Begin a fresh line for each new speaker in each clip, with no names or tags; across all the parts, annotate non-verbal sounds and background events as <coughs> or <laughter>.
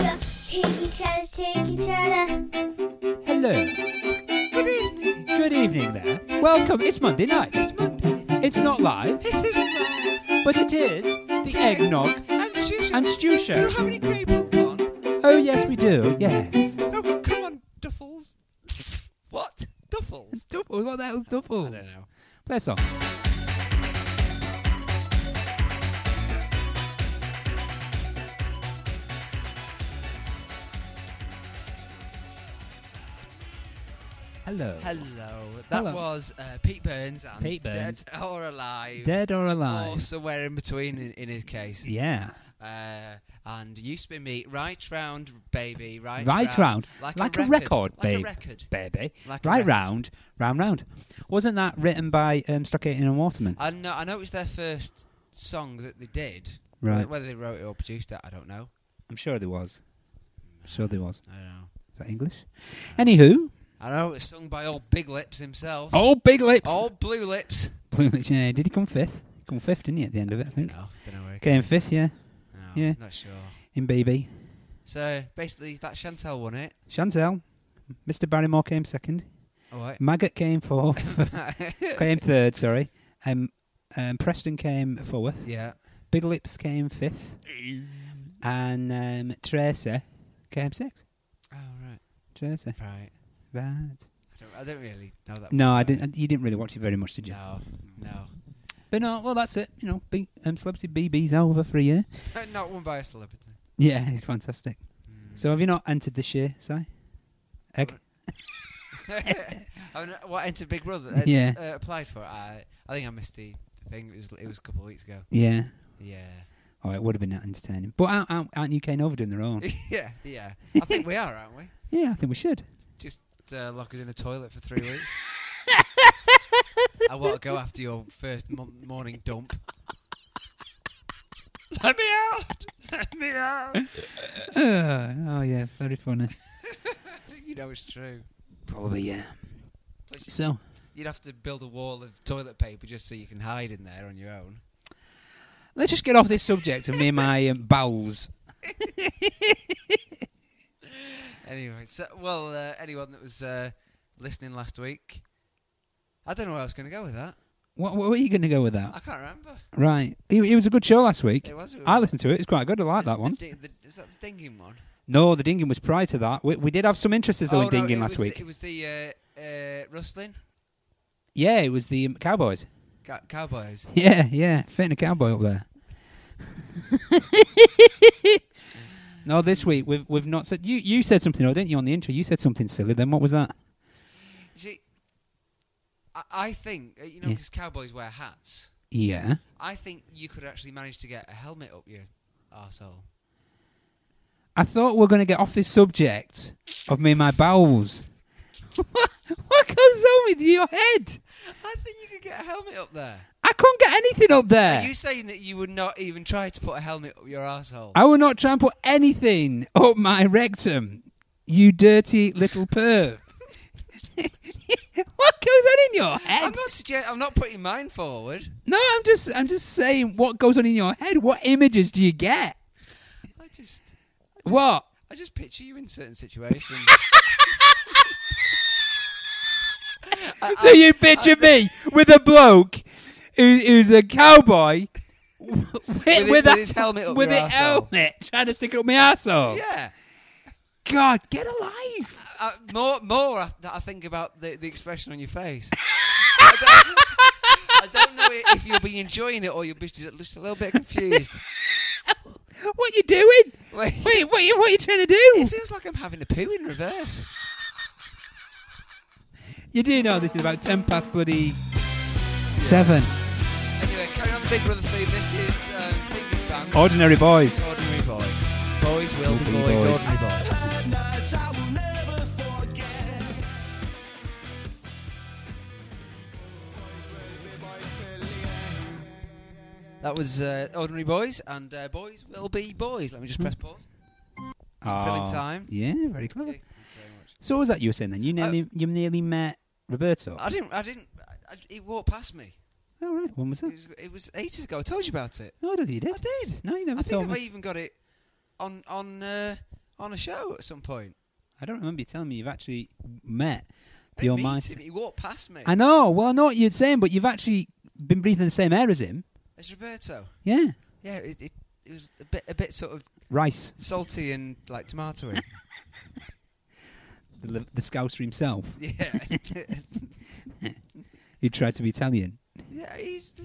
Shake each other, shake each other.
Hello.
Good evening.
Good evening there. Welcome. It's Monday night.
It's Monday.
It's not live,
It is live.
but it is the eggnog
And Susan.
and stew
Do you
show.
have any grape on?
Oh, yes, we do. Yes.
Oh, come on, duffels. <laughs> what? Duffels?
Duffels. What the hell's Duffels? I don't know. Play a song. Hello.
Hello. That
Hello.
was uh, Pete Burns and
Pete Burns.
Dead or Alive.
Dead or alive?
Or somewhere in between in, in his case.
Yeah.
Uh, and you spin me right round, baby, right,
Right round.
Like,
Like
a,
a record,
like
babe.
a record.
Baby.
Like a
right
record.
round, round, round. Wasn't that written by um, Stockton and Waterman?
I know, uh, I know it was their first song that they did.
Right.
Whether they wrote it or produced it, I don't know.
I'm sure there was. I'm sure there was.
I don't know.
Is that English? Anywho.
I know it's sung by old Big Lips himself.
Oh, <laughs> big lips.
Old Blue Lips.
Blue Lich, yeah. Did he come fifth? He come fifth, didn't he, at the end of it, I think?
No, don't know where it
Came fifth, yeah,
No,
Yeah.
Not sure.
in BB.
So basically, that Chantel won it.
Chantel, Mr. Barrymore came second.
All <laughs> right.
Maggot came
<laughs>
fourth. came third, sorry. Um, um, Preston came fourth.
yeah.
Big Lips came fifth.
Oh,
And um, Tracer came sixth.
Oh right.
Tracer.
Right.
Right.
I don't, I don't really know that.
No,
one.
I didn't. You didn't really watch it very much, did you?
No. No. <laughs>
But no, well, that's it. You know, B, um, Celebrity BB's over for a year.
not won by a celebrity. <laughs>
Yeah, <laughs> it's fantastic. So have you not entered this year, Si? Egg?
I mean, what entered Big Brother? uh,
Yeah.
Uh, applied for. it. I I think I missed the thing. It was it was a couple of weeks ago.
Yeah.
Yeah. <laughs>
Oh, it would have been that entertaining. But aren't, aren't, aren't UK and Over doing their own?
yeah. Yeah. I think we are, aren't we?
yeah, I think we should.
Just uh, lock us in a toilet for three weeks. I want to go after your first mo- morning dump. <laughs> Let me out! Let me out!
Uh, oh, yeah, very funny.
you know it's true.
Probably, yeah. So,
You'd have to build a wall of toilet paper just so you can hide in there on your own.
let's just get off this subject of me and my um, bowels.
Anyway, so well, uh, anyone that was uh, listening last week, I don't know where I was going to go with that.
What, what were you going to go with
I
that?
can't remember.
Right. It, it was a good show last week.
It was.
I listened to it. It's quite good. I like that one.
The, di- the- was that the dinging one?
No, the dinging was prior to that. We, we did have some interests though
Oh,
in
no,
dinging
it
last
was the-
week.
it was the uh, uh, rustling
yeah, it was the um, Cowboys. <laughs>
Cow- cowboys.
Yeah, yeah, fitting a cowboy up <laughs> there. no, this week we've we've not said you you said something, though, didn't you, on the intro? You said something silly. Then what was that?
You see, I, I think uh, you know
Yeah.
because cowboys wear hats.
Yeah.
I think you could actually manage to get a helmet up your arsehole.
I thought we are going to get off this subject of me and my bowels. <laughs> what goes on with your head?
I think you could get a helmet up there.
I can't get anything up
Are
there.
you saying that you would not even try to put a helmet up your asshole?
I will not try and put anything up my rectum. You dirty little perv. what goes on in your head?
I'm not suggest- I'm not putting mine forward.
No, I'm just I'm just saying what goes on in your head. What images do you get?
I just,
What?
I just picture you in certain situations.
so you picture me with a bloke who, who's a cowboy with,
it-
with
with his helmet up
with
your
a
arsehole.
helmet trying to stick it up my asshole.
yeah.
God, get a life.
Uh, more, more. I, that I think about the, the expression on your face. I, don't, I don't know i- if you'll be enjoying it or you'll be just just a little bit confused.
What you doing?
Wait,
Wait, what you what you trying to do?
it feels like I'm having a poo in reverse.
you do know this is about ten past bloody seven.
Anyway, carry on the Big Brother theme. This is um, Fingers Band.
Ordinary boys.
Ordinary boys. Boys will be
Oh, Ordinary
boys.
boys.
Ordinary boys. That was uh, Ordinary Boys and uh, Boys Will Be Boys. Let me just press pause. Filling time.
Ah. Yeah, very Uh, clever.
Okay, thank you very much.
So what was that you were saying then? You nearly you nearly met Roberto.
I didn't, I didn't, I, I, it walked past me.
All right, when was
It
that?
was, it was ages ago. I told you about it.
No, I don't think you did.
I did.
No, you never
I think
told
I
me.
even got it on on uh, on a show at some point.
I don't remember you telling me you've actually met the
Didn't meet
Almighty.
him, He walked past me.
I know. Well, I know what you're saying, but you've actually been breathing the same air as him.
It's Roberto.
Yeah.
Yeah, it, it, it was a bit, a bit sort of
Rice,
salty and
<laughs>
like tomatoey.
the, the scouser himself,
<laughs> yeah, <laughs>
who tried to be Italian.
yeah. He's the.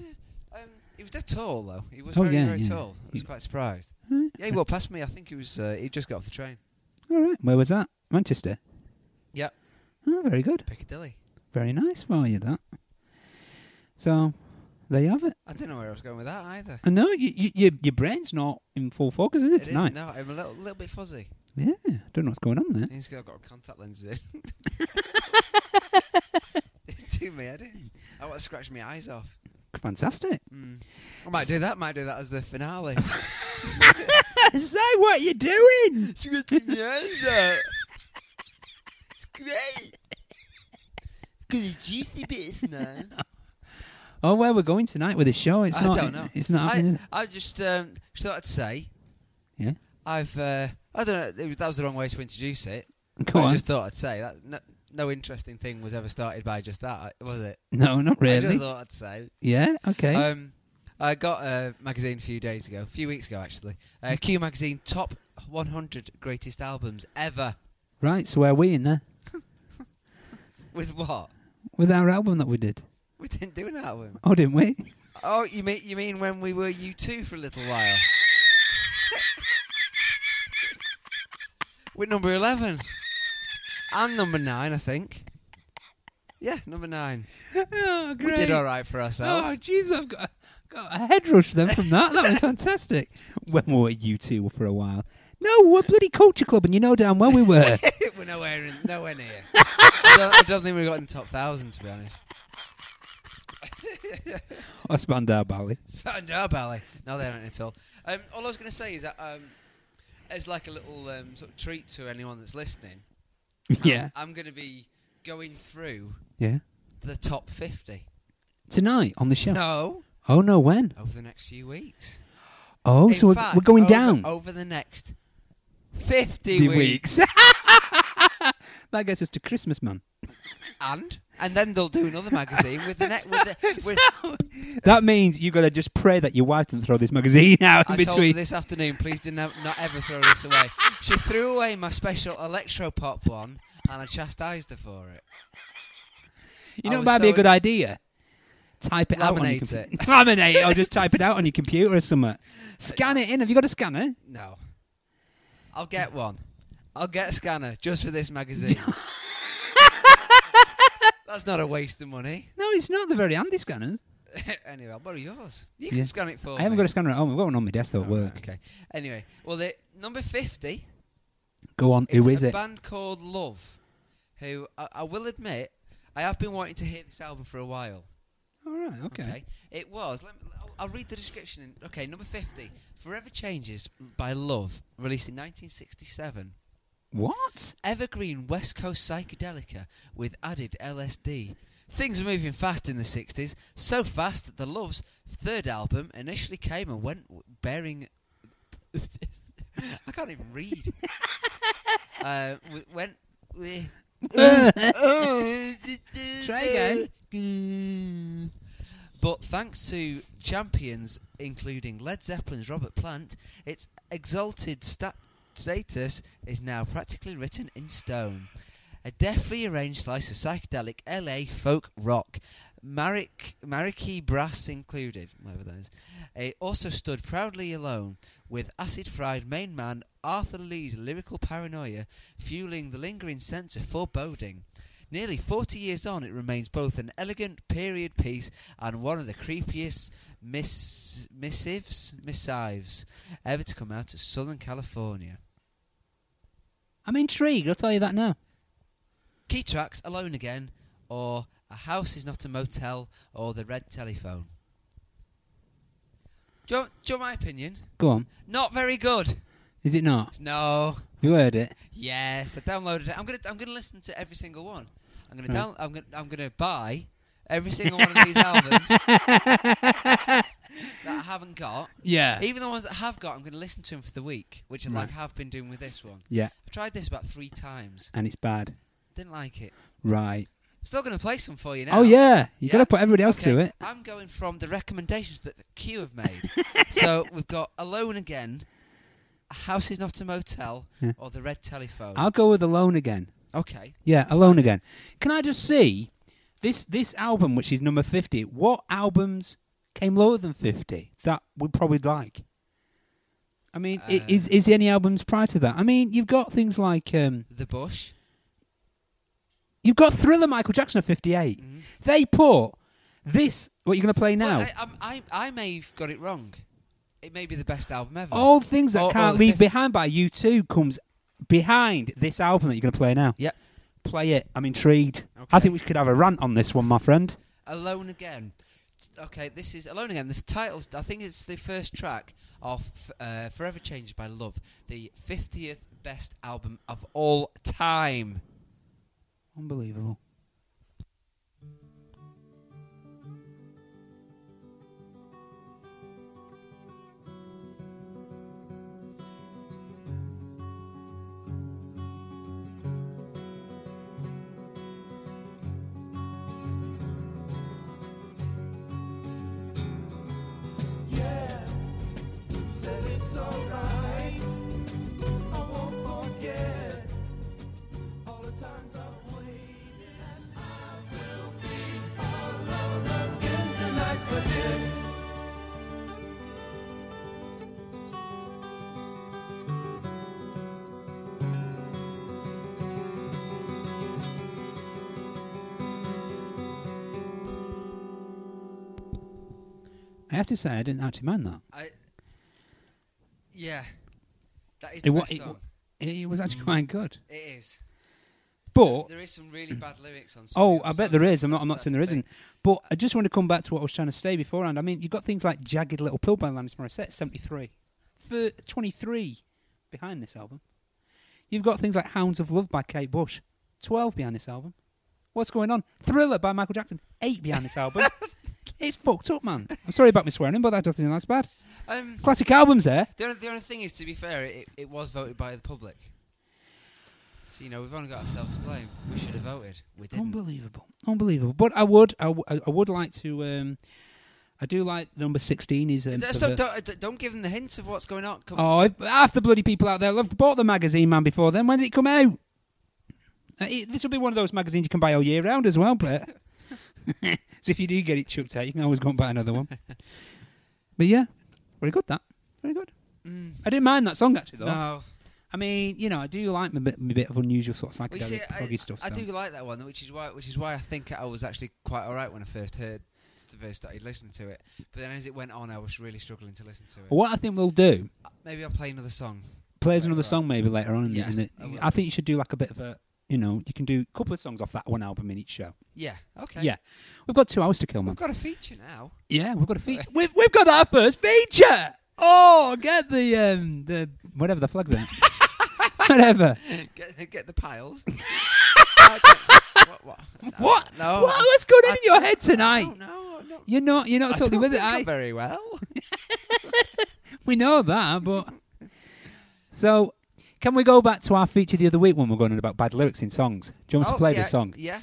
Um, he was dead tall though. He was
Oh,
very,
yeah,
very
yeah.
tall. I was
He-
quite surprised.
All
Yeah, he walked past me. I think he was. Uh, he just got off the train.
right. Where was that? Manchester.
Yep.
Oh, very good.
Piccadilly.
Very nice for you, that. So, there you have it.
I didn't know where I was going with that either.
I know you, you, your, your brain's not in full focus, is it,
It is
tonight?
now. I'm a little, little bit fuzzy.
Yeah, don't know what's going on there.
He's got, got contact lenses <laughs> in. it's doing me head in. I want to scratch my eyes off.
Fantastic. <laughs>
Mm. I might do that. Might do that as the <laughs> finale.
Say what you're doing.
scratching my eyes out. It's great. Cause it's juicy bits now.
Oh, where we're going tonight with the show? It's
I
not.
don't know.
It's not happening.
I,
is it?
I just um, just thought I'd say.
Yeah.
I've. Uh, I don't know. It was, that was the wrong way to introduce it.
Go
I
on.
just thought I'd say that. No, no interesting thing was ever started by just that, was it?
no, not
I just
really.
thought I'd say.
Yeah. Okay.
Um, I got a magazine a few days ago, a few weeks ago actually. Uh, Q magazine top 100 greatest albums ever.
right. So where are we in there
With what? <laughs>
with our album that we did?
We didn't do an album.
Oh, didn't we? <laughs>
Oh, you mean you mean when we were U two for a little while? We're number eleven and number nine, I think. Yeah, number nine.
oh,
We did all right for ourselves.
Oh, jeez, I've got, got a head rush then from that. That <laughs> was fantastic. When we were you two for a while. No, we're bloody culture club, and you know damn well we <laughs> were.
<laughs> we're nowhere in, nowhere near. <laughs> I, don't, I don't think we got in the top thousand, to be honest.
Or Spandau Ballet.
It's found our ballet. No, they haven't at all. Um, all I was going to say is that um, as like a little um, sort of treat to anyone that's listening,
Yeah.
I'm going to be going through
Yeah.
the top fifty.
Tonight on the show.
No,
Oh, no, when?
over the next few weeks.
Oh,
In
so we're,
fact,
we're going
over-
down.
over the next fifty
The <laughs>
weeks.
that gets us to Christmas, man.
and and then they'll do another magazine with the next. With
<laughs>
the, with,
That means you got to just pray that your wife didn't throw this magazine <laughs> out in
I told her
between.
this afternoon, please do not, not ever throw this away. She threw away my special electropop one, and I chastised her for it.
You
I
know,
was
what might be a
so-
good idea. Type it out on your
Laminate
computer. <laughs>
it.
Laminate it, or just type it out on your computer or
<laughs>
something. Scan it in. Have you got a scanner?
No, I'll get one. I'll get a scanner just for
<laughs>
this magazine. That's not a waste of money. <laughs>
No, it's not the very handy scanners.
anyway, I'll borrow yours. You
Yeah.
can scan it for me.
I haven't got a scanner at home. I've got one on my desk though at
Alright,
work.
Okay. Anyway, well, the number fifty
Go on.
is
Who is
a
it?
band called Love, who I, I will admit I have been wanting to hear this album for a while.
All right. Okay.
Okay. It was. Let me, I'll, I'll read the description. In, okay, number 50. Forever Changes by Love, released in 1967.
What?
Evergreen West Coast psychedelica with added LSD. Things were moving fast in the 60s, so fast that the Love's third album initially came and went w- bearing. <laughs> I can't even read. uh, w- went.
Try
again. <laughs> But thanks to champions including Led Zeppelin's Robert Plant, its exalted sta- status is now practically written in stone. A deftly arranged slice of psychedelic LA folk rock, Mariki brass included, whatever that is. It also stood proudly alone, with acid fried main man Arthur Lee's lyrical paranoia fueling the lingering sense of foreboding. Nearly 40 years on, it remains both an elegant period piece and one of the creepiest miss- missives, missives ever to come out of Southern California.
I'm intrigued. I'll tell you that now.
Key tracks Alone Again, or A House Is Not a Motel, or The Red Telephone. Do you, want, do you want my opinion?
Go on.
Not very good.
Is it not?
No.
You heard it.
Yes, I downloaded it. I'm gonna I'm gonna listen to every single one. I'm gonna
Right. <laughs>
down, I'm gonna I'm gonna buy every single one of these albums. that I haven't got.
Yeah.
Even the ones that I have got, I'm going to listen to them for the week, which I
Right.
like have been doing with this one.
Yeah.
I tried this about three times.
And it's bad.
Didn't like it.
Right.
I'm still going to play some for you now.
Oh yeah. You got
Yeah.
to put everybody else
Okay,
to it.
I'm going from the recommendations that the Q have
<laughs>
made. so we've got Alone Again, A House Is Not a Motel,
Yeah.
or The Red Telephone.
I'll go with alone again.
okay.
Yeah, alone again. Can I just see this this album, which is number fifty? What albums came lower than fifty that we probably like? I mean, i
Uh,
is is there any albums prior to that? I mean, you've got things like um,
The Bush.
you've got Thriller, Michael Jackson of '58.
Mhm.
They put this. What you're going to play now?
Well, I, I'm- I, I, may have got it wrong. It may be the best album ever.
All things that
Or- or
can't
the
leave
fifth-
behind by you two comes behind this album that you're going to play now.
Yep.
Play it. I'm intrigued. I
Okay.
think we could have a rant on this one, my friend.
Alone Again. Okay, this is Alone Again. The title, I think it's the first track of f- uh, Forever Changed by Love, the 50th best album of all time.
Unbelievable.
said it's alright. I won't forget all the times I've waited, and I will be alone again tonight. But it
I have to say, I didn't actually mind that.
I, yeah, that is
It
the
wa-
best
it wa-
song.
It, it was actually quite good.
it is.
Mm. But
There is some really bad lyrics on. some of
oh,
the
I
other
bet there
songs.
is. I'm not. I'm not
That's
saying
the
there
thing.
isn't. But I just want to come back to what I was trying to say beforehand. I mean, you've got things like "Jagged Little Pill" by Lannis Morissette, 73, Thir 23 behind this album. You've got things like "Hounds of Love" by Kate Bush, 12 behind this album. What's going on? "Thriller" by Michael Jackson, eight behind this <laughs> album. It's fucked up, man. I'm sorry about me swearing, but that doesn't think that's bad.
Um,
Classic albums eh? there.
the only the only thing is, to be fair, it, it was voted by the public. So you know we've only got ourselves to blame. We should have voted. We didn't.
Unbelievable, unbelievable. But I would, I, w- I- I would like to. Um, I do like number sixteen. Is um, for
Just don't,
the-
don't, don't- don't give them the hints of what's going on. Come
oh, if- half the bloody people out there have bought the magazine man before then. When did it come out? Uh, it, this will be one of those magazines you can buy all year round as well, Brett. <laughs> so if you do get it chucked out, you can always go and buy another
<laughs>
one. but yeah, very good. That very good.
Mm,
I didn't mind that song actually, though.
no,
I mean, you know, I do like my bit, my bit of unusual sort of
we see.
psychedelic
I,
proggy stuff.
I
so.
do like that one, which is why which is why I think I was actually quite all right when I first heard first started listening to it. But then as it went on, I was really struggling to listen to it.
What I think we'll do
Maybe I'll play another song.
plays
Later
another
on.
song maybe later on. In the,
Yeah,
in
I
the,
will.
I think you should do like a bit of a, you know, you can do a couple of songs off that one album in each show.
Yeah. Okay.
Yeah, we've got two hours to kill, man.
We've got a feature now. <coughs>
yeah, we've got a
<laughs>
feature. we've we've got our first feature. Oh, get the um the whatever the flag's in.
<laughs>
whatever.
Get, get
<laughs>
the piles. Uh, get- what? What?
What?
No.
what? What's going on
I-
in your head
I
tonight?
don't know. I'm not-
You're not you're not
I
totally
don't
with it.
think I'm
I, <laughs>
very well.
we know that,
<laughs>
but so. Can we go back to our feature the other week when we we're going on about bad lyrics in songs? Do you want me
Oh,
to play
yeah,
this song?
Yeah.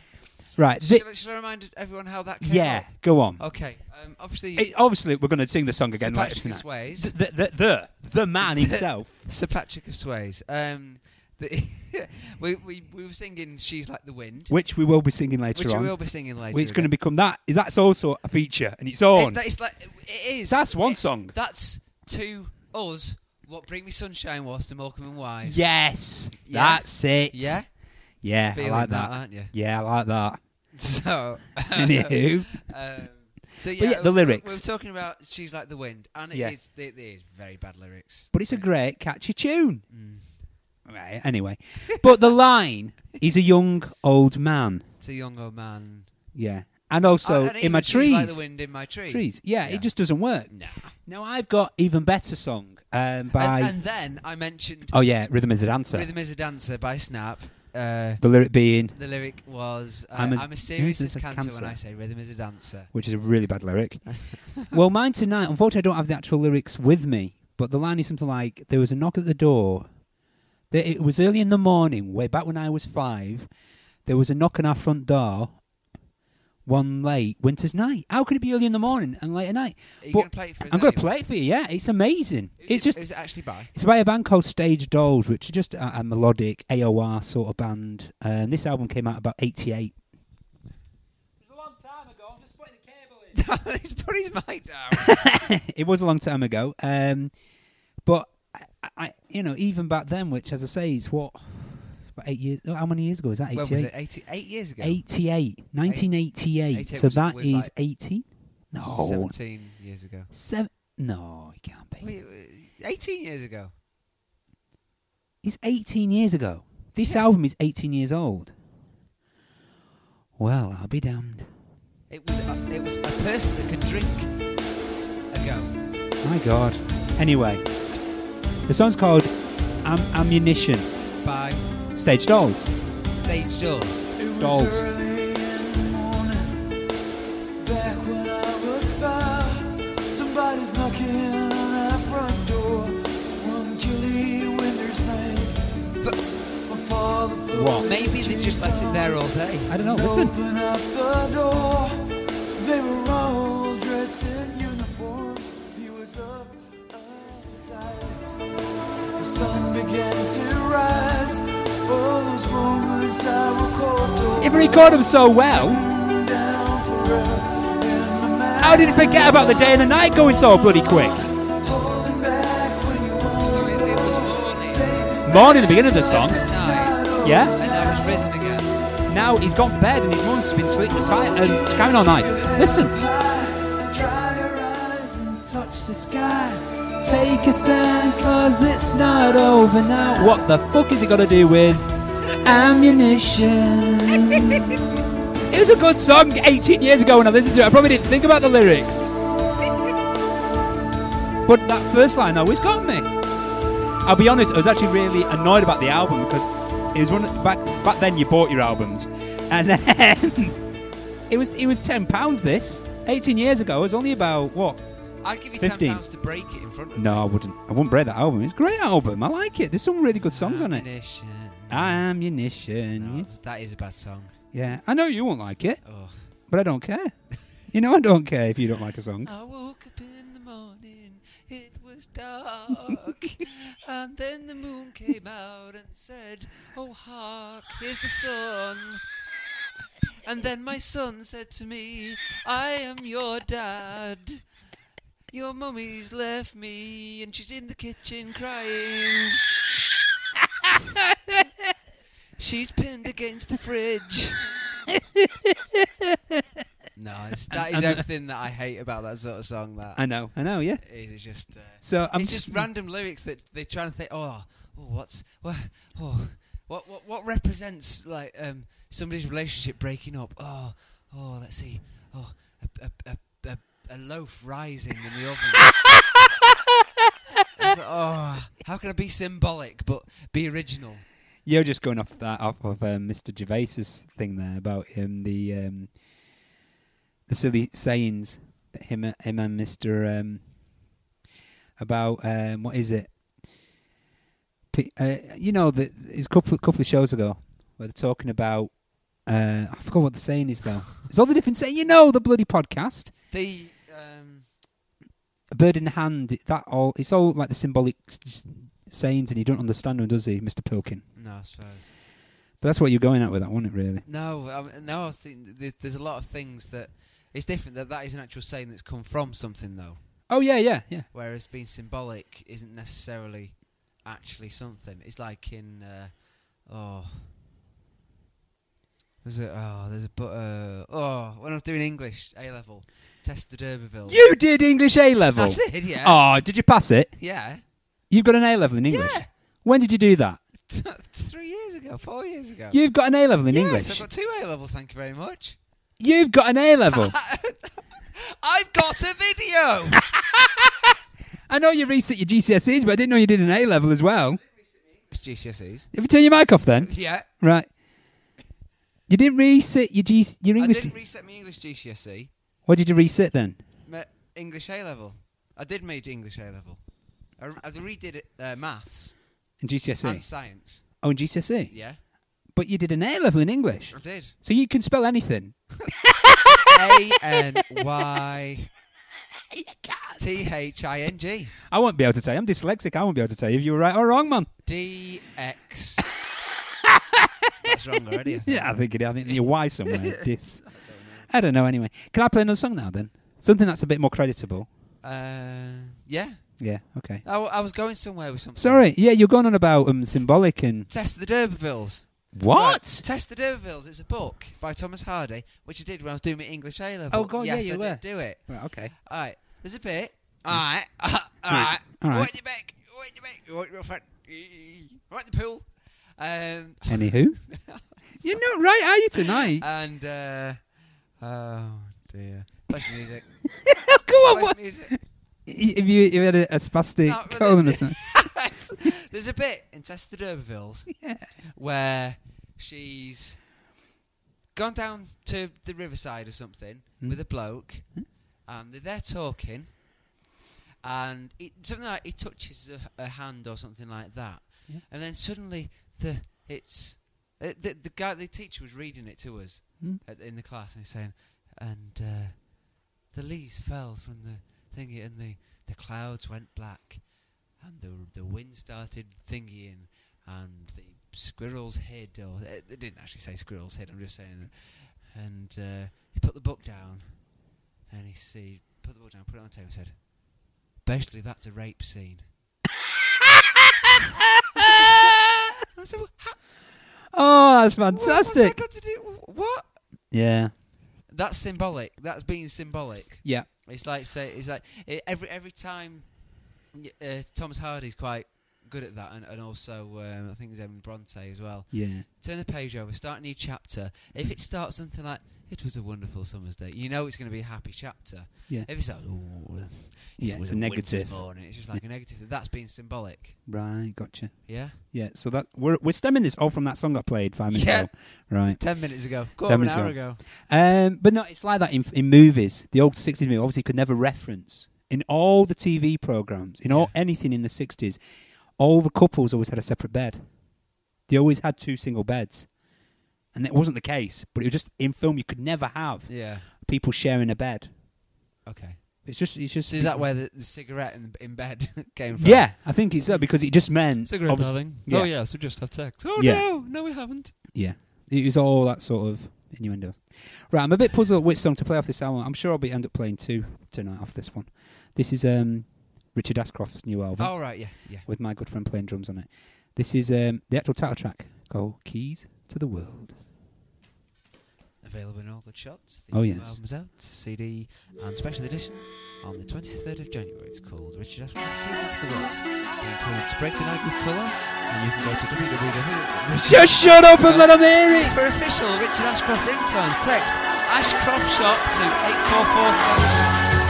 Right. thi-
Should I, should I remind everyone how that came
yeah, go on.
up? Okay. Um, obviously,
It- obviously, we're going to sing the song
Sir
again later
Patrick
tonight.
Sways.
The, the, the, the
<laughs>
man himself.
Sir Patrick of Sways. Um, the <laughs> we, we we were singing "She's Like the Wind,"
Which we will be singing later
which
on.
we'll be singing later.
which is going to
again.
become that. Is that's also a feature in its own.
It, that is like it is.
that's one
it-
song.
That's to us what "Bring Me Sunshine" was to Malcolm and Wise.
yes,
Yeah.
that's it.
Yeah.
yeah, I
Feeling
like
that,
that.
aren't you? <laughs>
Yeah, I like that.
So,
<laughs> Anywho,
um, so yeah,
yeah, the
we- we-
lyrics.
We were talking about "She's Like the Wind," and it is
Yeah.
it, it is very bad lyrics.
but it's a great catchy tune.
Mm.
Right, anyway, but the line is a young old man.
It's a young old man.
Yeah, and also
Oh, And- and
in my
even "She's like
trees.
the wind in my tree.
trees. Yeah,
Yeah.
it just doesn't work.
Nah.
Now I've got even better song um, by.
And, and then I mentioned
oh yeah, rhythm is a dancer.
"Rhythm Is a Dancer" by Snap, uh,
The lyric being,
the lyric was uh,
I'm as-
I'm, as serious
as
as
a
cancer,
cancer.
when I say rhythm is a dancer.
which is a really bad
<laughs>
lyric. well, mine tonight, unfortunately, I don't have the actual lyrics with me, but the line is something like There was a knock at the door. There- It was early in the morning, way back when I was five. There was a knock on our front door one late winter's night. How could it be early in the morning and late at night?
Are you
But
going to play it for us?
I'm going to
anyway?
play it for you, yeah. It's amazing.
Who's
It's
it,
just
who's it actually
<laughs>
by. <laughs>
It's by a band called Stage Dolls, which are just a, a melodic AOR sort of band. And this album came out about 88. It was a long time ago. I'm just putting the
He's put his mic
<laughs>
down.
cable in. it was a long time ago. Um, but, I, I, you know, even back then, which, as I say, is what? it's About eight years. How many years ago was that?
when was
88?
it? 88 years ago.
88. 1988.
88
so
was-
that
was
is
like-
18? No. Seven.
17 years ago.
no, it can't be.
Wait, uh, 18 years ago.
It's 18 years ago. This album is 18 years old. Well, I'll be damned.
It was a, it was a person that could drink ago.
My God. Anyway, the song's called Am- Ammunition,
by
Stage Dolls.
stage doors.
Dolls.
Back when I was five, somebody's knocking on our front door. One chilly winter's night.
But-
My father pulled
What?
his
Maybe they just left it there all day.
I don't know,
jeans on
listen.
and Opened up the door. They were all dressed in uniforms. He was up. as the silence. The sun began to rise. All those moments I recall so
If we record them so well,
down forever in my mind.
how did you forget about the day and the night going so bloody quick? Ah.
Holding back when you want
So it, it was morning.
take this
Morning, the beginning of the
It
song.
was night,
Yeah?
and there was risen again.
Now he's gone to bed and his mum's been sleeping tight and it's coming all night. Listen.
high. Dry your eyes and touch the sky. Take a stand, cause
It's not over now. What the fuck is it got to do with ammunition? <laughs> it was a good song 18 years ago when I listened to it. I probably didn't think about the lyrics. but that first line always got me. I'll be honest, I was actually really annoyed about the album because it was one of- back back then you bought your albums, and then <laughs> it was it was ten pounds. This 18 years ago, it was only about what
I'd give you
15.
ten pounds to break it in front of
no, I wouldn't. I wouldn't break that album. It's a great album. I like it. There's some really good songs on it.
Ammunition.
Ammunition.
No, that is a bad song.
Yeah, I know you won't like it,
Oh.
but I don't care. <laughs> You know, I don't care if you don't like a song.
I woke up in the morning. It was dark, and then the moon came out and said, "Oh hark, here's the sun." And then my son said to me, "I am your dad. Your mummy's left me, and she's in the kitchen crying." She's pinned against the fridge.
<laughs>
no, it's, that is everything that I hate about that sort of song. That
I know, I know. Yeah.
is it's just. Uh,
So I'm
it's just random lyrics that they try and think. Oh, oh what's what? Oh, what what what represents like um somebody's relationship breaking up? Oh, oh, let's see. Oh, a a a, a, a loaf rising in the oven. It's like, oh, how can I be symbolic but be original?
You're just going off that off of um, Mr. Gervais's thing there about him the um, the silly sayings that him a- him and Mr. Um, about um, what is it? P- uh, you know, the, it's a couple couple of shows ago where they're talking about. Uh, I forgot what the saying is though. it's all the different saying. You know, the bloody podcast.
The um,
A bird in the hand. That all. It's all like the symbolic s- s- sayings, and he don't understand them, does he, Mister Pilkin?
no, I suppose.
But that's what you're going at with that, wasn't it? Really.
No, I, no. I was thinking there's, there's a lot of things that it's different. That that is an actual saying that's come from something though.
Oh yeah, yeah, yeah.
whereas being symbolic isn't necessarily actually something. It's like in uh, oh, there's a oh, there's a but uh, oh, when I was doing English A level, test the D'Urberville.
You did English A
I
level.
did, yeah,
Oh, did you pass it?
yeah, <laughs>
You've got an A level in English.
Yeah.
When did you do that?
three years ago, four years ago.
You've got an A level in
yes,
English.
I've got two A levels. Thank you very much.
You've got an A
<laughs>
level.
I've got a
<laughs>
video.
I know you reset your GCSEs, but I didn't know you did an A level as well.
six GCSEs.
Have you turned your mic off then?
Yeah,
Right. You didn't resit your G- your
I
English.
didn't reset my English GCSE,
what did you resit then?
E, my English A level. I did major English A level. I, I redid it, uh, maths
In GCSE.
and science.
E. Oh, in GCSE.
Yeah,
But you did an A level in English, <laughs>
I did.
so you can spell anything.
A N
<laughs>
Y T H I N G
I won't be able to tell you. I'm dyslexic. I won't be able to tell you if you were right or wrong, man.
D X. That's wrong already. I think.
Yeah, I think it, I think you're <laughs> wise somewhere. Dys. I don't know. Anyway, can I play another song now then? Something that's a bit more creditable.
Uh, yeah.
Yeah. Okay.
I, w- I was going somewhere with something.
Sorry. Yeah, you're going on about um symbolic and
Test the D'Urbervilles. Right,
what?
Test the D'Urbervilles. It's a book by Thomas Hardy, which I did when I was doing my English A level.
Oh, God, yeah,
yes,
you
I
were.
did do it.
Right, okay.
All right, there's a bit. All <laughs> right, all right,
Mm. Right, all right.
Right in the back, right in the back, right in the front, right in the pool.
<laughs>
Um,
Anywho, you're not right, are you tonight? <laughs>
and uh, oh dear, play some music.
Go on. <laughs>
Play
What?
some music.
If you, if you had a, a spastic
No, but
colon or
the-
something.
<laughs> There's a bit in Test the D'Urbervilles
<laughs> Yeah.
where she's gone down to the riverside or something
Hmm.
with a bloke, and they're there talking, and it, something like he touches a, a hand or something like that,
Yeah.
and then suddenly the it's uh, the the guy the teacher was reading it to us
Hmm.
at, in the class, and he's saying, and uh, the leaves fell from the thingy, and the the clouds went black, and the the wind started thingying, and the squirrels hid, or eh, they didn't actually say squirrels hid. I'm just saying that. And uh, he put the book down, and he see put the book down, put it on the table, and said, "Basically, that's a rape scene." <laughs> And I said, "Well, ha-
Oh, that's
wha- What's that
fantastic.
got to do? What?
yeah.
That's symbolic. That's being symbolic.
Yeah.
It's like say it's like eh, every every time y- uh, Thomas Hardy's quite good at that, and, and also um, I think it was Emily Bronte as well.
Yeah.
Turn the page over, start a new chapter. If it starts something like "It was a wonderful summer's day," you know it's going to be a happy chapter.
Yeah.
If it's like "Ooh, it
Yeah,
was
it's a
winter's
negative.
morning," it's just like a negative. That's being symbolic.
Right, gotcha.
Yeah.
Yeah, so that we're we're stemming this all from that song I played five minutes
Yeah.
ago. Right.
Ten minutes ago. Go
Ten
on, an
minutes
hour
ago.
ago.
Um, but no, it's like that in, in movies. The old sixties movie obviously could never reference in all the TV programs in all anything in the sixties. All the couples always had a separate bed. They always had two single beds, and that wasn't the case. But it was just in film you could never have
Yeah.
people sharing a bed.
Okay.
It's just it's just
So is that where the, the cigarette in, in bed <laughs> came from?
Yeah, I think it's that because it just meant
Cigarette,
obvi-
darling.
yeah.
Oh yes, we just had sex. Oh
Yeah.
no, no, we haven't.
Yeah. It was all that sort of innuendos. Right, I'm a bit puzzled which song to play off this album. I'm sure I'll be end up playing two tonight off this one. This is um, Richard Ashcroft's new album
All right. Yeah. Yeah.
with my good friend playing drums on it. This is um, the actual title track called Keys to the World.
Available in all good shots. The
Oh,
new
yes.
album's out, CD and special edition on the 23rd of January. It's called Richard Ashcroft Keys into the World. It includes Break the Night with Colour, and you can go to www.
Just shut up and let them hear it!
For official Richard Ashcroft ringtones, text Ashcroft Shop to 84477.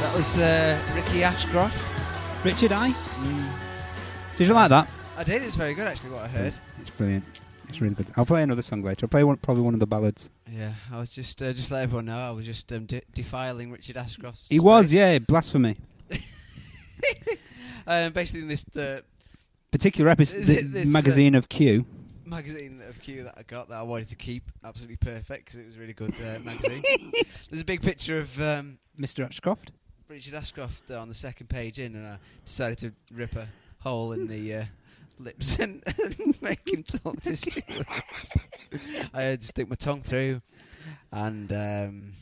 That was uh, Ricky Ashcroft.
Richard, I. Mm. Did you like that?
I did. It's very good, actually. What I heard.
It's brilliant. It's really good. I'll play another song later. I'll play one, probably one of the ballads.
Yeah, I was just uh, just let everyone know I was just um, de- defiling Richard Ashcroft.
He was, yeah, blasphemy.
um, basically in this uh,
Particular episode, the
This, uh,
magazine of Q.
magazine of Q that I got that I wanted to keep absolutely perfect because it was a really good uh,
<laughs>
magazine. There's a big picture of um,
Mr. Ashcroft.
Richard Ashcroft on the second page in, and I decided to rip a hole in the uh, lips and, <laughs> and make him talk to Stuart. I had to stick my tongue through, and um,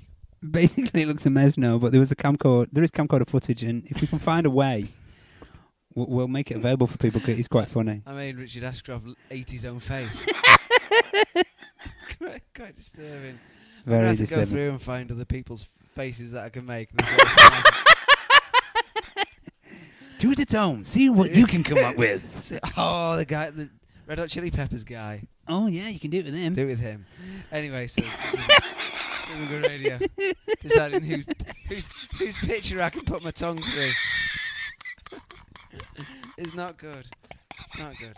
<laughs> basically it looks a mesno, but there was a camcorder. There is camcorder footage, and if we can find a way, we'll, we'll make it available for people. 'cause It's quite funny.
I made Richard Ashcroft l- eat his
<laughs>
own face. quite, quite disturbing. I'm gonna
Very
have to go
disturbing.
through and find other people's faces that I
<laughs>
can make. This is what I found.
Do it at home. See what you can come up with.
So- oh, the guy, the Red Hot Chili Peppers guy.
<laughs> Oh yeah, you can do it with him.
Do it with him. Anyway, so this is Doing Good Radio. Deciding who, whose whose picture I can put my tongue through. it's not good. It's not good.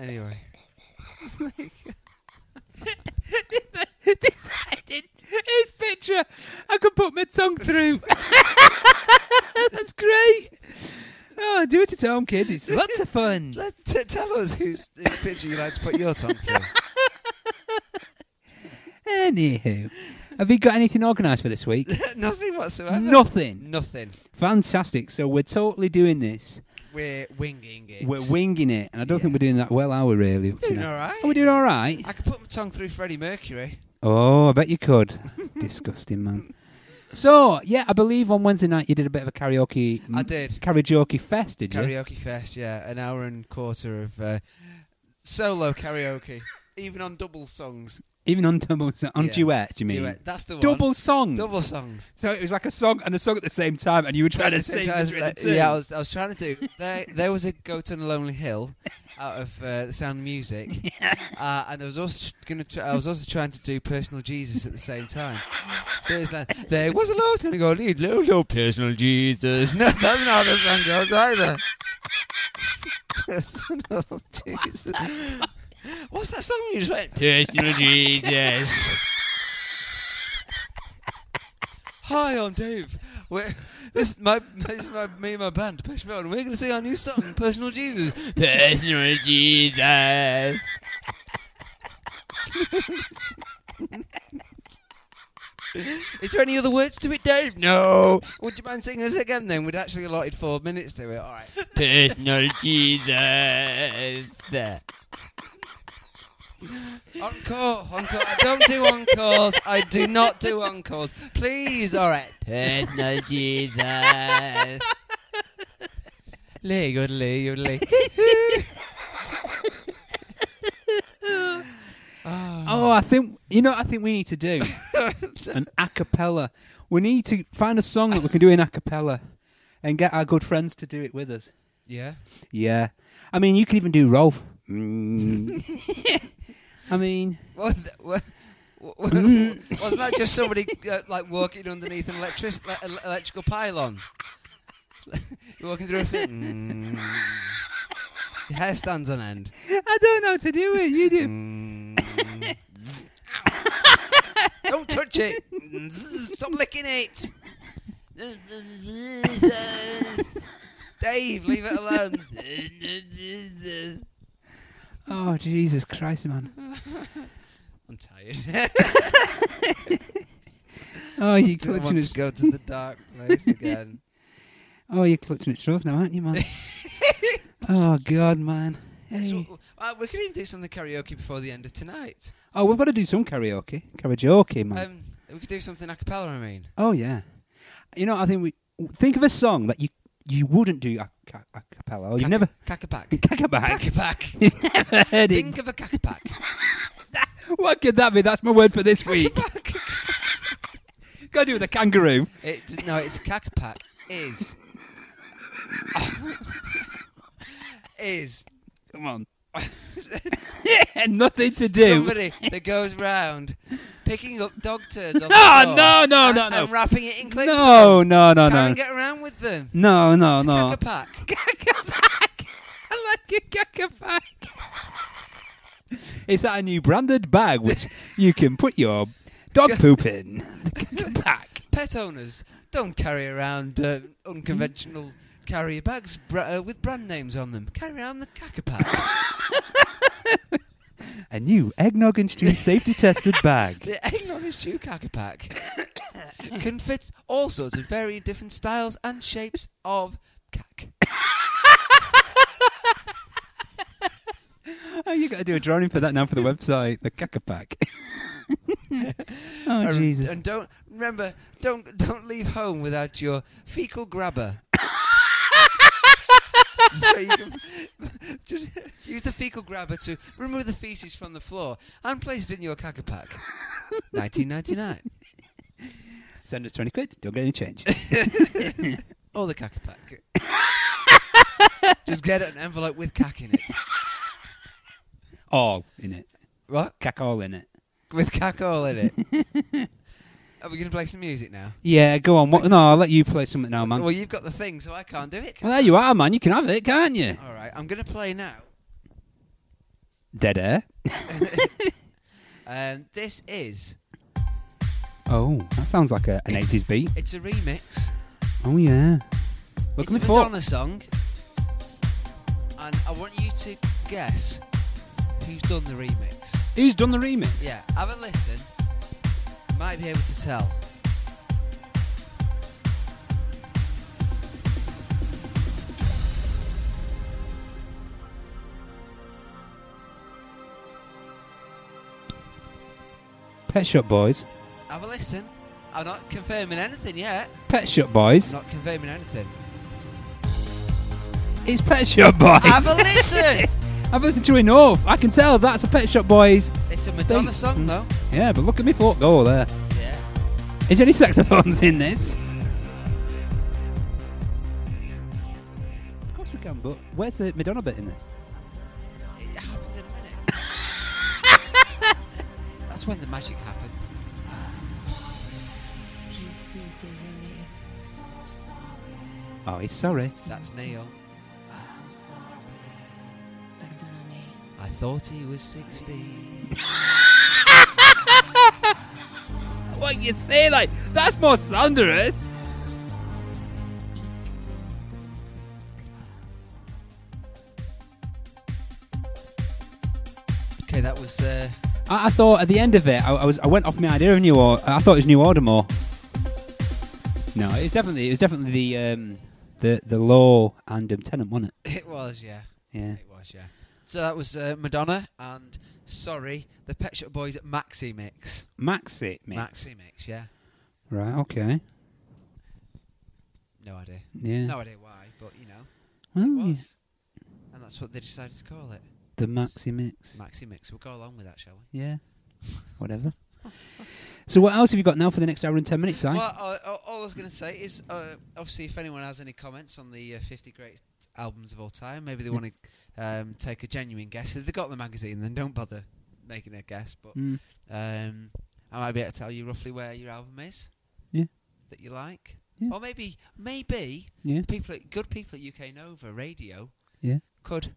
Anyway.
<laughs> Decided his picture. I could put my tongue through. <laughs> That's great. Oh, do it at home, kids. It's lots of
<laughs>
fun.
Let, t- tell us whose whose picture you like to put your tongue through. <laughs>
Anywho, have you got anything organised for this
<laughs>
week?
Nothing whatsoever.
Nothing.
Nothing.
Fantastic. So we're totally doing this.
We're winging it.
We're winging it, and I don't
Yeah.
think we're doing that well, are we? Really? Up to
Doing
now.
all right.
Are we doing all right?
I could put my tongue through Freddie Mercury.
Oh, I bet you
<laughs>
could. Disgusting man. So yeah, I believe on Wednesday night you did a bit of a karaoke. mm,
I did.
karaoke fest, did you?
Karaoke Fest, yeah. An hour and quarter of uh, solo karaoke. Even on double songs.
Even on double so- on
Yeah.
duet, you mean?
Duet. That's the one.
Double song.
Double songs.
So it was like a song and a song at the same time, and you were trying to sing
Sometimes,
between
like,
the two.
yeah, I was, I was trying to do. There, there was a Goat on a Lonely Hill out of uh, the Sound of Music,
<laughs>
uh, and I was also tr- gonna. Try, I was also trying to do Personal Jesus at the same time. So it was like there was a lot gonna go. Need no, no Personal Jesus. <laughs> No, that's not how the song goes either. <laughs> Personal Jesus. What's that song you just went? Personal Jesus. Hi, I'm Dave. We're, this is my this is my me and my band Depeche Mode. and We're going to sing our new song, Personal Jesus. Personal Jesus. Is there any other words to it, Dave? No. Would you mind singing us again then? We'd actually allotted four minutes to it. All right. Personal Jesus. Encore, encore. I don't do encores. I do not do encores. Please, all right. Personal Jesus. Lay, good lay, good lay.
Oh, I think you know. what I think we need to do
<laughs>
an a cappella. We need to find a song that we can do in a cappella, and get our good friends to do it with us.
Yeah.
Yeah, I mean, you could even do Rolf. Mm. <laughs> I mean,
What? The, what what- wasn't that just somebody uh, like walking underneath an electric le- ele- electrical pylon? You're walking through a thing. Your hair stands on end.
I don't know how to do it. You do.
Mm. Don't touch it. Stop licking it. Dave, leave it alone.
Oh Jesus Christ, <laughs> man!
I'm tired. <laughs>
Oh, you're
I
clutching
want to
at
go to the dark
<laughs>
place again.
oh, you're clutching at straws now, aren't you, <laughs> man? oh God, man. Hey.
So, uh, we could even do something karaoke before the end of tonight.
Oh, we've got to do some karaoke, karaoke, man.
Um, we could do something a cappella, I mean.
Oh yeah, you know I think we think of a song that you you wouldn't do a, ca- a cappella. Or you've
Caca-
never <laughs>
Cacapack.
cacaback.
Cacapack.
<laughs> You've never heard it.
Think of a
<laughs>
cacapack.
What could that be? That's my word for this week.
Cacapack.
Got to do with a kangaroo.
It, no, it's cacapack is. <laughs> is
Come on. <laughs> Nothing to do.
somebody that goes round picking up dog
<laughs>
turds off
No,
the floor
no, no,
and,
no, no.
and wrapping it in cling
no, no, no,
film. Can't
no,
even get around with them.
no, no,
It's
no.
cacapack.
Cacaback. I like a cacaback. Is that a new branded bag which you can put your dog poop in? <laughs> The cacaback.
Pet owners don't carry around uh, unconventional carrier bags bra- uh, with brand names on them. Carry around
<laughs>
the cacapack.
A new eggnog and stew safety tested bag.
<laughs> the eggnog is true cacapack. Can fit all sorts of very different styles and shapes of cack.
Oh, you got to do a drawing for that now for the website, the <laughs> cacapack. oh
And-
Jesus!
And don't remember, don't don't leave home without your fecal grabber. <laughs> so you can <laughs> just use the fecal grabber to remove the feces from the floor and place it in your cacapack. 1999.
Send us twenty quid. Don't get any change.
Or the cacapack. just get an envelope with cack in it.
all in it.
What?
Cack all in it.
With cackle in it. Are we going to play some music now?
Yeah, go on. What, no, I'll let you play something now, man.
Well, you've got the thing, so I can't do it.
Well, there you are, man. You can have it, can't you?
All right, I'm going to play now.
Dead air.
Um, this is
Oh, that sounds like a, an 80s beat.
it's a remix.
Oh, yeah.
it's
Looking
a
for
Madonna song, and I want you to guess who's done the remix.
Who's done the remix?
Yeah, have a listen. Might be able to tell.
Pet Shop Boys.
Have a listen. I'm not confirming anything yet.
Pet Shop Boys.
Not confirming anything.
It's Pet Shop Boys. <laughs>
Have a listen.
I've listened to enough. I can tell that's a Pet Shop Boys.
It's a Madonna
Think-
song, though.
Yeah, but look at me fork go there.
Yeah.
Is there any saxophones in this? Of course we can, but where's the Madonna bit in this?
It happened in a minute. <laughs> That's when the magic happened.
Oh, he's sorry.
That's Neil. I thought he was 16.
What you say? Like that's more thunderous.
Okay, that was. Uh,
I, I thought at the end of it, I, I was I went off my idea of New Order. I thought it was New Order more. No, it was definitely it was definitely the um, the the law and um, tenant, wasn't it?
it was, yeah.
Yeah.
It was, yeah. So that was uh, Madonna and, sorry, the Pet Shop Boys Maxi Mix.
Maxi, mix.
Maxi Mix, yeah.
Right. Okay.
No idea.
Yeah. Oh,
No idea why, but you know,
Well,
it
yeah.
was. And that's what they decided to call it.
The Maxi mix.
Maxi Mix. We'll go along with that, shall we?
yeah. Whatever. So what else have you got now for the next hour and ten minutes, Si?
Well, all, all- all I was going to say is, uh, obviously, if anyone has any comments on the uh, 50 greatest albums of all time, maybe they want to um, take a genuine guess. If they got the magazine, then don't bother making a guess. But
Mm.
um, I might be able to tell you roughly where your album is.
Yeah.
That you like.
Yeah.
Or maybe, maybe
Yeah.
the people, at, good people at UK Nova Radio,
Yeah.
could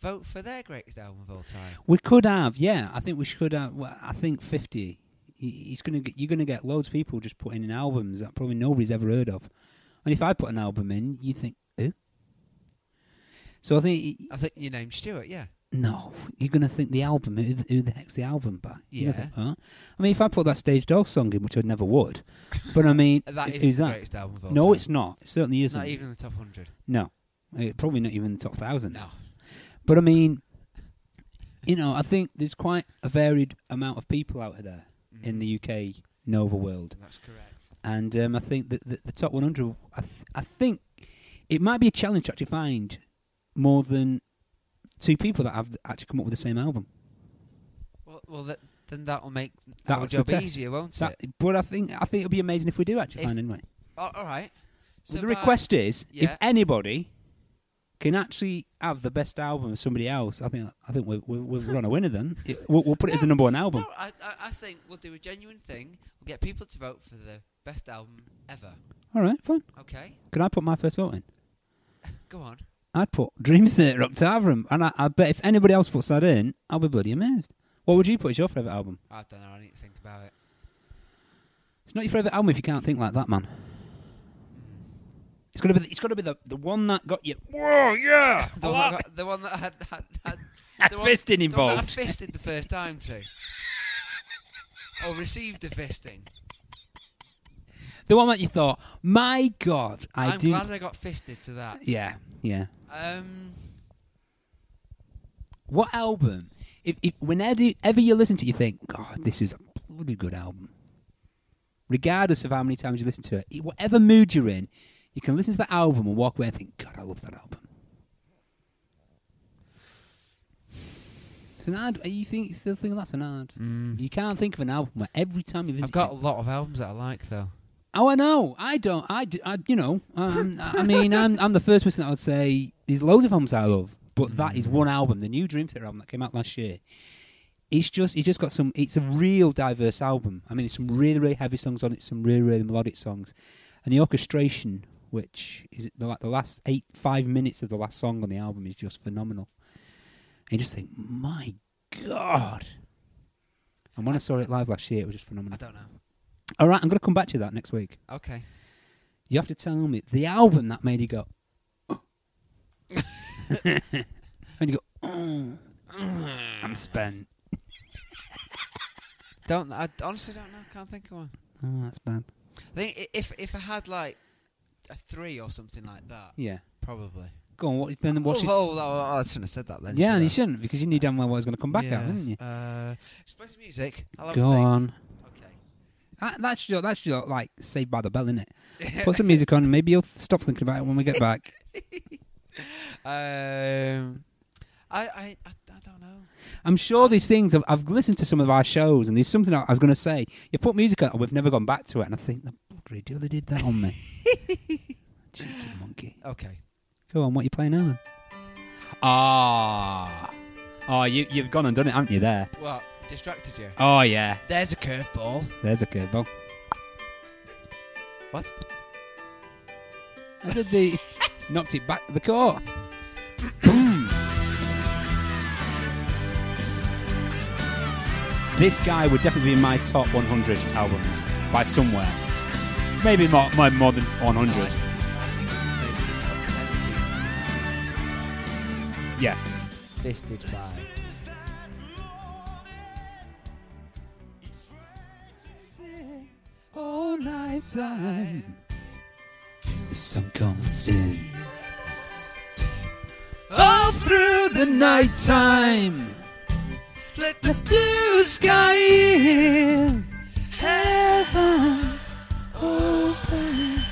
vote for their greatest album of all time.
We could have, yeah. I think we should have. Well, I think fifty. y- He's gonna get, you're gonna get loads of people just putting in albums that probably nobody's ever heard of. And if I put an album in, you think who? So I think y-
I think you named Stuart. Yeah.
no, you're gonna think the album. Who, the- who the heck's the album by? You're gonna
Yeah.
think, huh? I mean, if I put that Stage Doll song in, which I never would, but I mean,
<laughs> That is
who's
the
that?
greatest album of all time.
No, it's not. It certainly isn't.
Not even the top hundred.
No, Uh, probably not even the top thousand.
No.
But I mean, you know, I think there's quite a varied amount of people out there
Mm.
in the UK Nova world,
That's correct.
and um, I think that the, the top 100, I, th- I think it might be a challenge to actually find more than two people that have actually come up with the same album.
Well, well, that, then that will make
That
our
was the
job
test.
easier, won't
That,
it?
but I think I think it'll be amazing if we do actually
If-
find anyway.
Oh, all right.
So the
by-
request is
yeah.
if anybody can actually have the best album of somebody else, I think I think we're, we're, we're on a winner then. It- we'll, we'll put it as the number one album.
No, I, I, I think we'll do a genuine thing. We'll get people to vote for the best album ever.
All right, fine.
Okay, <laughs>
Can I put my first vote in?
go on.
I'd put Dream Theater Octavum, and I, I bet if anybody else puts that in, I'll be bloody amazed. What would you put as your favourite album?
I don't know. I need to think about it.
It's not your favourite album if you can't think like that, man. It's gotta be. The, it's gotta be the, the one that got you. Whoa, <laughs> yeah.
The one, that got, the one that had, had, had
A
the one-
fisting
the one that I
involved.
fisted the first time <laughs> too, or received a fisting.
The one that you thought, my God, I
am
do.
glad I got fisted to that.
yeah, yeah.
Um.
What album? If, if whenever you- ever you listen to it, you think, God, this is a bloody good album. Regardless of how many times you listen to it, i- whatever mood you're in, you can listen to that album and walk away and think, God, I love that album. It's an hard. Are you think still thinking that's an hard? You can't think of an album where every time you listen,
Mm. I've got a
to it,
lot of albums that I like though.
oh, I know. I don't. I, d- I- you know. Um, I I mean, I'm I'm the first person that would say there's loads of albums I love. But that is one album, the new Dream Theater album that came out last year. It's just it's just got some. It's a real diverse album. I mean, there's some really really heavy songs on it, some really really melodic songs, and the orchestration, which is the, like the last eight five minutes of the last song on the album, is just phenomenal. And you just think, my god. And when I saw it live last year, it was just
I
phenomenal.
don't know.
All right, I'm going to come back to that next week.
Okay.
You have to tell me the album that made you <laughs> go. and you go, "Oh, I'm spent.
Don't I honestly don't know. Can't think of one.
Oh, that's bad.
I think i- if if I had like a three or something like that,
Yeah.
probably.
Go on, what's been what's
oh,
your-
oh, oh, oh, I shouldn't have said that then.
Yeah,
should
and you
I?
shouldn't because you knew damn well what was going to come back out, didn't you?
Uh, just play some music. I'll have
go
a think.
on.
Okay.
That, that's your that's your like saved by the bell, isn't <laughs> it? Put some music on, and maybe you'll stop thinking about it when we get <laughs> back.
Um, I, I, I, I don't know.
I'm sure these things. I've, I've listened to some of our shows, and there's something I I was going to say. You put music on, and we've never gone back to it. And I think the buggery do they did that on <laughs> me. Cheeky monkey.
Okay.
Go on, what you playing now? Then? Ah, oh, you you've gone and done it, haven't you? There.
What? Distracted you?
Oh yeah,
There's a curveball.
there's a curveball.
What?
I did the <laughs> knocked it back the court. this guy would definitely be in my top 100 albums by somewhere. Maybe more, more, more than 100. Yeah.
Fisted by.
All night time. The sun comes in. All through the night time.
Let
The blue sky in. Heavens open.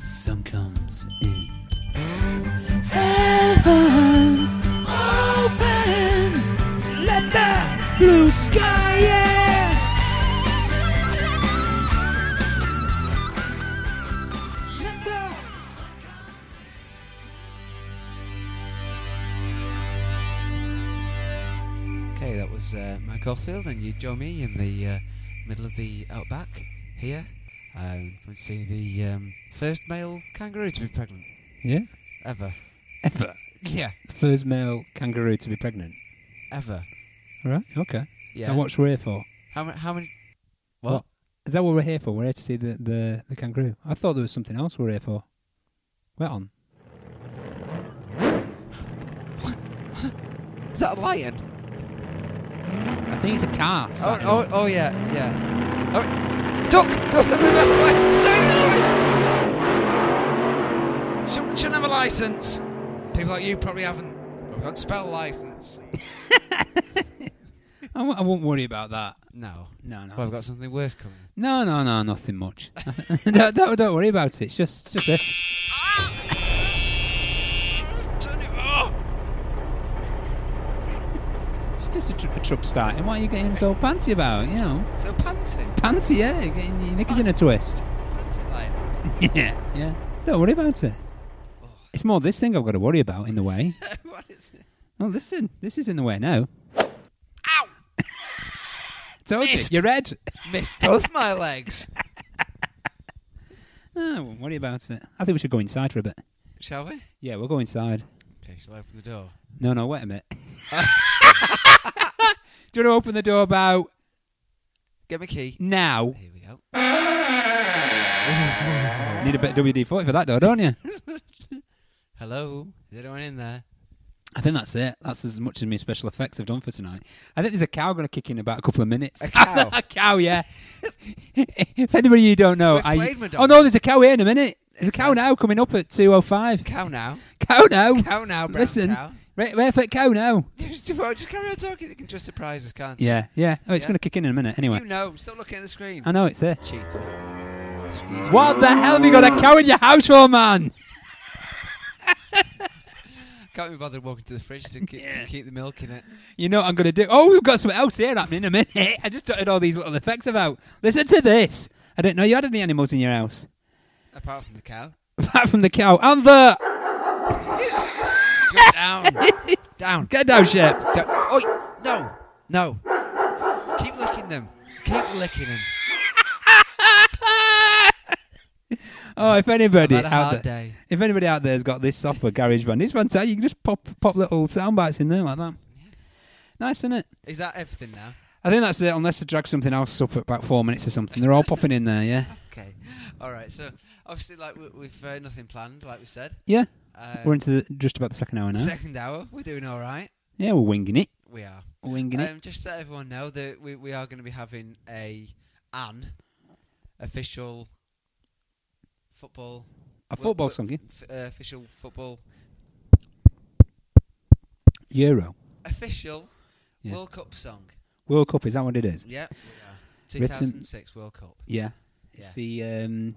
The sun comes in. Heavens open. Let the blue sky in.
Okay, that was uh, Mike Oldfield and you, Joe Me, in the uh, middle of the outback here. Um, can we see the um, first male kangaroo to be pregnant
Yeah?
ever?
Ever.
Yeah,
First male kangaroo to be pregnant.
ever.
Right, okay.
Yeah.
Now what's we're here for?
How many? How many?
What? Is that what we're here for? We're here to see the, the, the kangaroo. I thought there was something else we're here for. We're on.
Is that a lion?
I think it's a car. It's
Oh,
like-
oh, oh yeah, yeah. Oh, duck! Duck! <laughs> Move out of the way! Don't move! Shouldn't, shouldn't have a license. People like you probably haven't. We've got spell license.
I, w- I won't worry about that.
No.
No, no.
Well, I've got something worse coming.
No, no, no, nothing much. <laughs> don't, don't, don't worry about it. It's just, just this.
Turn it off!
It's just a, tr- a truck starting. What are you getting so panty about? You know,
So panting.
panty, yeah. You're getting your knickers in a twist.
Panting lion.
<laughs> yeah, yeah. Don't worry about it. It's more this thing I've got to worry about in the way.
Oh. <laughs> what is it?
Oh, listen, this is in the way now.
Ow!
<laughs> Told you,
Missed.
you're red.
<laughs> Missed both my legs.
Ah, I won't worry about it. I think we should go inside for a bit.
Shall we?
Yeah, we'll go inside.
Okay, shall I open the door?
No, no, wait a minute. <laughs> Do you want to open the door about
Get my key.
now?
Here we go.
Need a bit of WD 40 for that, though, don't you?
Hello? Is anyone in there?
I think that's it. That's as much as my special effects have done for tonight. I think there's a cow going to kick in about a couple of minutes.
A cow?
<laughs> a cow, yeah. if anybody you don't know,
We've
I,
played Madonna.
oh no, there's a cow here in a minute. There's a
Is
cow
there?
now coming up at two o five.
Cow now.
Cow now.
Cow now, brown
Listen,
cow.
Right, where for cow now?
Just, well, just carry on talking. It can just surprise us, can't it?
Yeah, yeah. Oh, it's
Yeah.
going to kick in in a minute. Anyway,
You know. Stop looking at the screen.
I know it's there.
Cheater. Excuse me.
What the hell have you got a cow in your house for, man?
Can't be bothered walking to the fridge to, ke- to keep the milk in it.
You know what I'm going to do? Oh, we've got something else here happening in a minute. <laughs> I just dotted all these little effects about. Listen to this. I didn't know you had any animals in your house. <laughs>
Apart from the cow.
Apart from the cow and the.
Go down. down.
Get down, Shep.
Don't- Oi! No! No! Keep licking them. Keep licking them.
Oh, if anybody
I've had a hard
out there,
day.
if anybody out there's got this software, GarageBand, it's fantastic. You can just pop pop little sound bites in there like that. Nice, isn't it?
Is that everything now?
I think that's it. Unless I drag something else up at about four minutes or something, they're all popping in there. Yeah,
Okay. All right. So obviously, like we, we've uh, nothing planned, like we said.
yeah.
Uh,
We're into the, just about the second hour now.
second hour. We're doing all right.
yeah, we're winging it.
We are.
Winging it.
Um, just to let everyone know that we, we are going to be having a an official football
A
w-
football
w-
song, yeah.
f- uh, official football
Euro
official
Yeah.
World Cup song.
World Cup is that what it is?
Yeah. we are.
Written-
2006 World Cup.
Yeah. It's the um,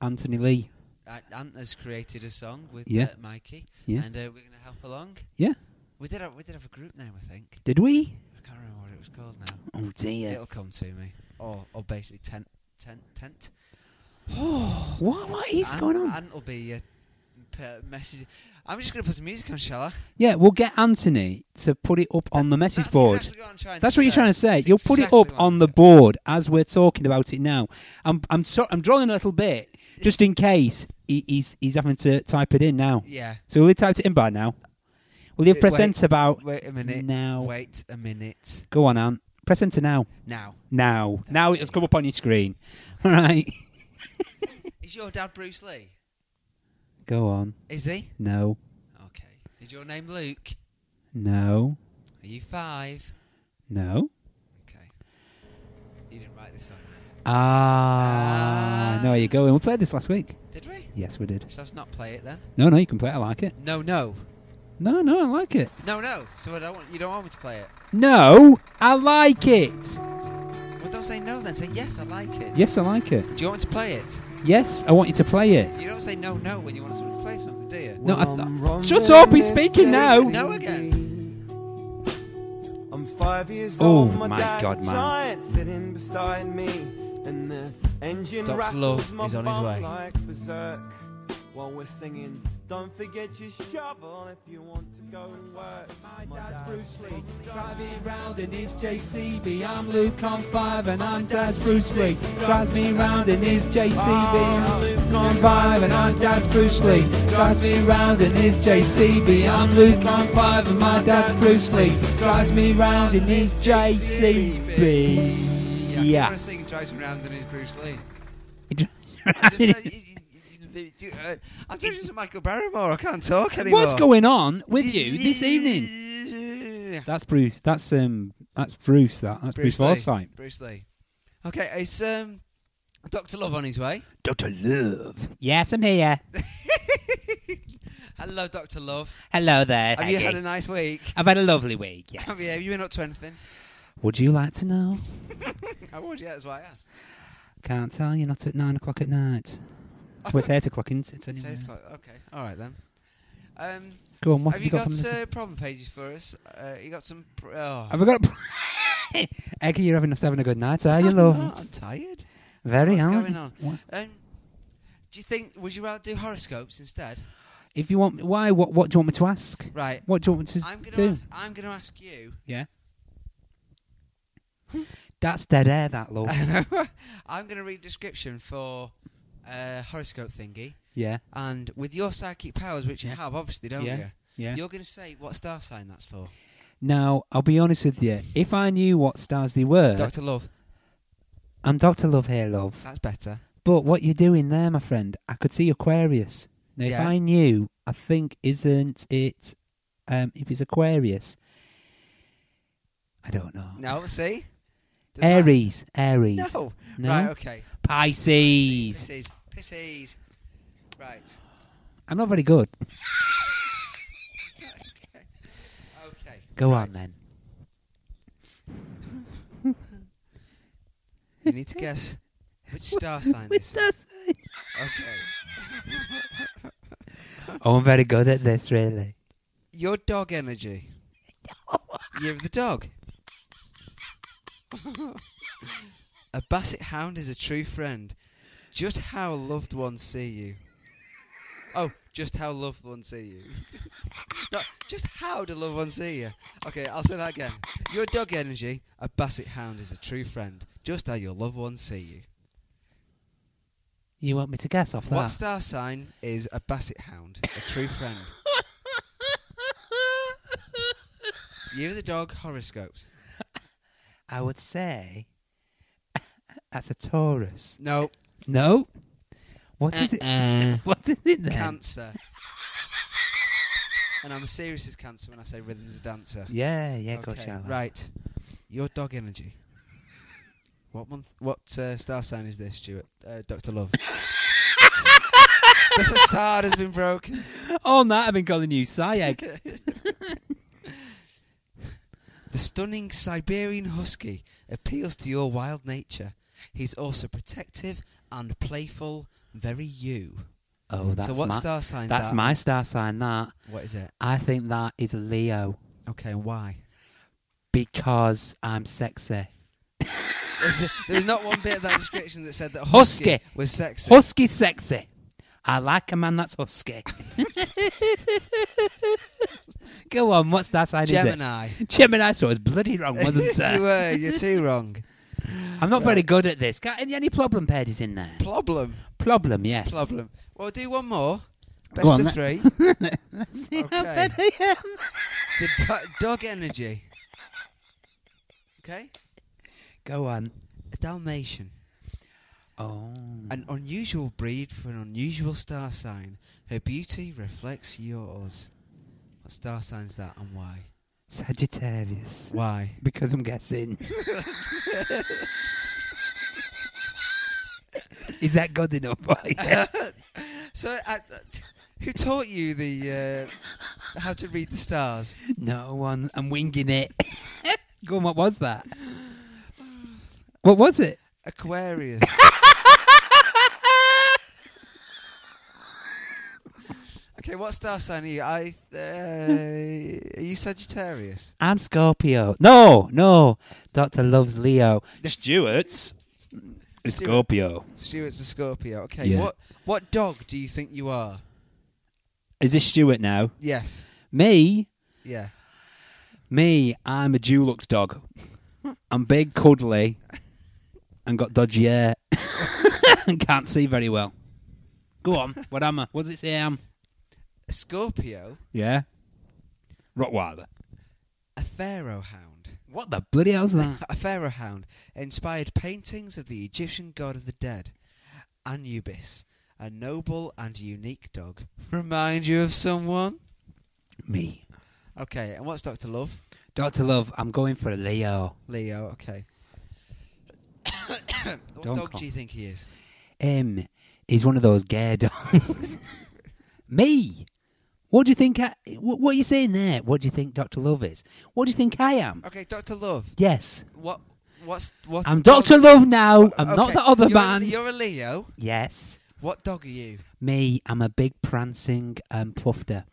Anthony Lee.
Uh, Ant has created a song with
Yeah.
uh, Mikey,
Yeah.
and uh, we're going to help along.
Yeah.
We did have, we did have a group name, I think.
Did we?
I can't remember what it was called now.
Oh dear.
It'll come to me. Or or basically tent tent tent.
What what is
Ant-
going on?
Ant will be uh, p- message. I'm just going to put some music on, shall I?
yeah, we'll get Anthony to put it up on the message
That's
board.
exactly what I'm trying
That's
to
what you're
say.
trying to say.
That's
You'll put it
exactly
up
what
on
I'm
the
trying-
board as we're talking about it now. I'm I'm so, I'm drawing a little bit just in case he, he's he's having to type it in now.
Yeah.
So will he type it in by now? Will you
Uh,
press
wait.
enter about
Wait a minute.
now?
Wait a minute.
Go on, Ant. Press enter now.
Now.
Now, now it has come up on your screen. <laughs> All right.
Is your dad Bruce Lee?
Go on.
Is he?
No.
Okay. Is your name Luke?
No.
Are you five?
No.
Okay. You didn't write this song, then.
Ah, no, you're going. We played this last week.
did we?
Yes, we did.
So let's not play it then.
No, no, you can play it. I like it.
No, no,
No, no, I like it.
no, no. So I don't want you don't want me to play it.
No, I like it.
Well, don't say no then. Say yes, I like it.
Yes, I like it.
Do you want me to play it?
Yes, I want you to play it.
You don't say no, no when you want someone to play something, do you?
No, I th- shut up. He's speaking now.
No again.
I'm five years
Oh
old. My,
my
dad's
God,
a
man.
Giant sitting beside me, and the engine
Dr. Love
rattles my
is on his
bum
way.
Like berserk, while we're singing, don't forget your shovel if you want to go work. My, dad's, Bruce Lee, driving round in his JCB. I'm Luke, I'm five, and I'm dad's Bruce Lee. Drives me round in his JCB. I'm Luke, I'm five, and I'm dad's Bruce Lee. Drives me round in his JCB. I'm Luke, I'm five, and my dad's Bruce Lee. Drives me round in his JCB.
Yeah. I
Yeah. <laughs>
keep on singing drives me round and he's Bruce Lee. Just, uh, <laughs> you-
What's
you- you- you- you- uh, I'm talking to Michael Barrymore. I can't talk anymore.
going on with you this evening?
<laughs>
That's Bruce. That's um. That's Bruce. That. That's Bruce,
Lee.
Forsyth.
Bruce Lee. Okay, it's um, Doctor Love on his way.
Doctor Love. Yes, I'm here.
Hello, Doctor Love.
Hello there.
Have you had a nice week? <laughs>
I've had a lovely week. Yes.
Have you? Have you been up to anything?
Would you like to know?
I would. Yeah, that's why I asked.
Can't tell you. Not at nine o'clock at
<laughs>
night. well, it's eight o'clock, isn't it?
So
Anyway.
it's like- okay, all right then. Um,
Go on. What
have
have,
you got,
from this?
uh, problem pages for us? Uh, you got some? Pr- oh.
Have I got? <laughs> Eggy, you're having, having a good night, are you,
I'm
love?
not, I'm tired.
Very
What's
hard.
going on?
What-
Um, do you think? Would you rather do horoscopes instead?
If you want, why? What? What do you want me to ask?
Right.
What do you want me to
I'm gonna.
do?
Ask, I'm gonna ask you. <laughs>
Yeah. That's dead air, that
<laughs>
love.
I'm gonna read a description for uh, horoscope thingy,
yeah,
and with your psychic powers, which
Yeah.
you have, obviously, don't
Yeah.
you?
yeah.
You're gonna say what star sign that's for.
Now, I'll be honest with you. If I knew what stars they were,
Doctor Love.
I'm Doctor Love here, love.
That's better.
But what you're doing there, my friend, I could see Aquarius. Now, if
Yeah.
I knew, I think isn't it? Um, if it's Aquarius, I don't know.
No, see. Doesn't matter.
Aries, Aries,
No.
No?
Right. Okay.
Pisces.
Pisces. Pisces. Right.
I'm not very good.
Okay.
Go on
Right.
then.
You need to guess <laughs> which star sign this is. Okay.
Oh, I'm very good at this, really.
Your dog <laughs> energy. You're the dog. a basset hound is a true friend. Just how loved ones see you. Oh, just how loved one see you. <laughs> no, just how do loved one see you? Okay, I'll say that again. Your dog energy, a basset hound, is a true friend. Just how your loved one see you.
You want me to guess off that?
What star sign is a basset hound, a
<laughs>
true friend? Year of the dog horoscopes.
I would say <laughs> that's a Taurus.
No,
No. What is
Uh-uh.
it? <laughs> What is it then?
cancer. and I'm as serious as cancer when I say rhythm's a dancer.
Yeah, yeah, of course
Okay,
you are.
Right, your dog energy. What month? What uh, star sign is this, Stuart? Uh,
<laughs>
Doctor Love. the facade has been broken.
On that, I've been calling you Sayeg.
The stunning Siberian husky appeals to your wild nature. He's also protective and playful. Very you.
oh, that's
so what
my,
star sign?
that's
that?
my star sign. That
What is it?
I think that is Leo
Okay, and why? <laughs>
because I'm sexy.
There's not one bit of that description that said that husky,
Husky.
was sexy.
Husky, sexy. I like a man that's husky. <laughs> Go on, what star sign
Gemini.
is it? Gemini. So I was bloody
<laughs>
wrong, wasn't uh,
you
I?
were. You're too wrong.
I'm not very good at this. Can't, any, any problem paired is in there?
Problem.
Problem, yes.
Problem. Well, do one more. Best
Go on,
of
let-
three.
<laughs> See how
Okay.
bad I am?
the do- dog energy. Okay.
Go on.
A Dalmatian.
Oh.
An unusual breed for an unusual star sign. Her beauty reflects yours. What star sign's that and why?
Sagittarius.
Why?
Because I'm guessing. Is that good enough? <laughs>
So, I, I- <laughs> who taught you the uh, how to read the stars?
no one. I'm winging it. <laughs> Go on, what was that? What was it?
Aquarius. okay, what star sign are you? I uh, are you Sagittarius?
I'm Scorpio. No, no. Doctor loves Leo. Stuart's is
Stuart.
Scorpio.
Stuart's a Scorpio. Okay,
Yeah.
what what dog do you think you are?
Is this Stuart now?
Yes.
Me?
Yeah.
Me, I'm a Dulux dog. I'm big, cuddly, and got dodgy hair, <laughs> and can't see very well. Go on, what am I? What does it say I am?
A Scorpio,
Yeah? Rottweiler.
a pharaoh hound.
What the bloody hell's that?
<laughs> A pharaoh hound inspired paintings of the Egyptian god of the dead, Anubis, a noble and unique dog. <laughs> Remind you of someone?
Me.
Okay, and what's Doctor Love?
Dr. Love, I'm going for a Leo.
Leo, okay. <coughs> what
Don't
dog
cough.
do you think he is?
Um, he's one of those gay <laughs> dogs. Me? What do you think I. What, what are you saying there? What do you think Dr. Love is? What do you think I am?
Okay, Doctor Love.
Yes.
What? What's what?
I'm
dog-
Dr. Love now. I'm not
Okay,
the other
you're a-
man.
You're a Leo.
Yes.
What dog are you?
Me, I'm a big prancing um, pufter.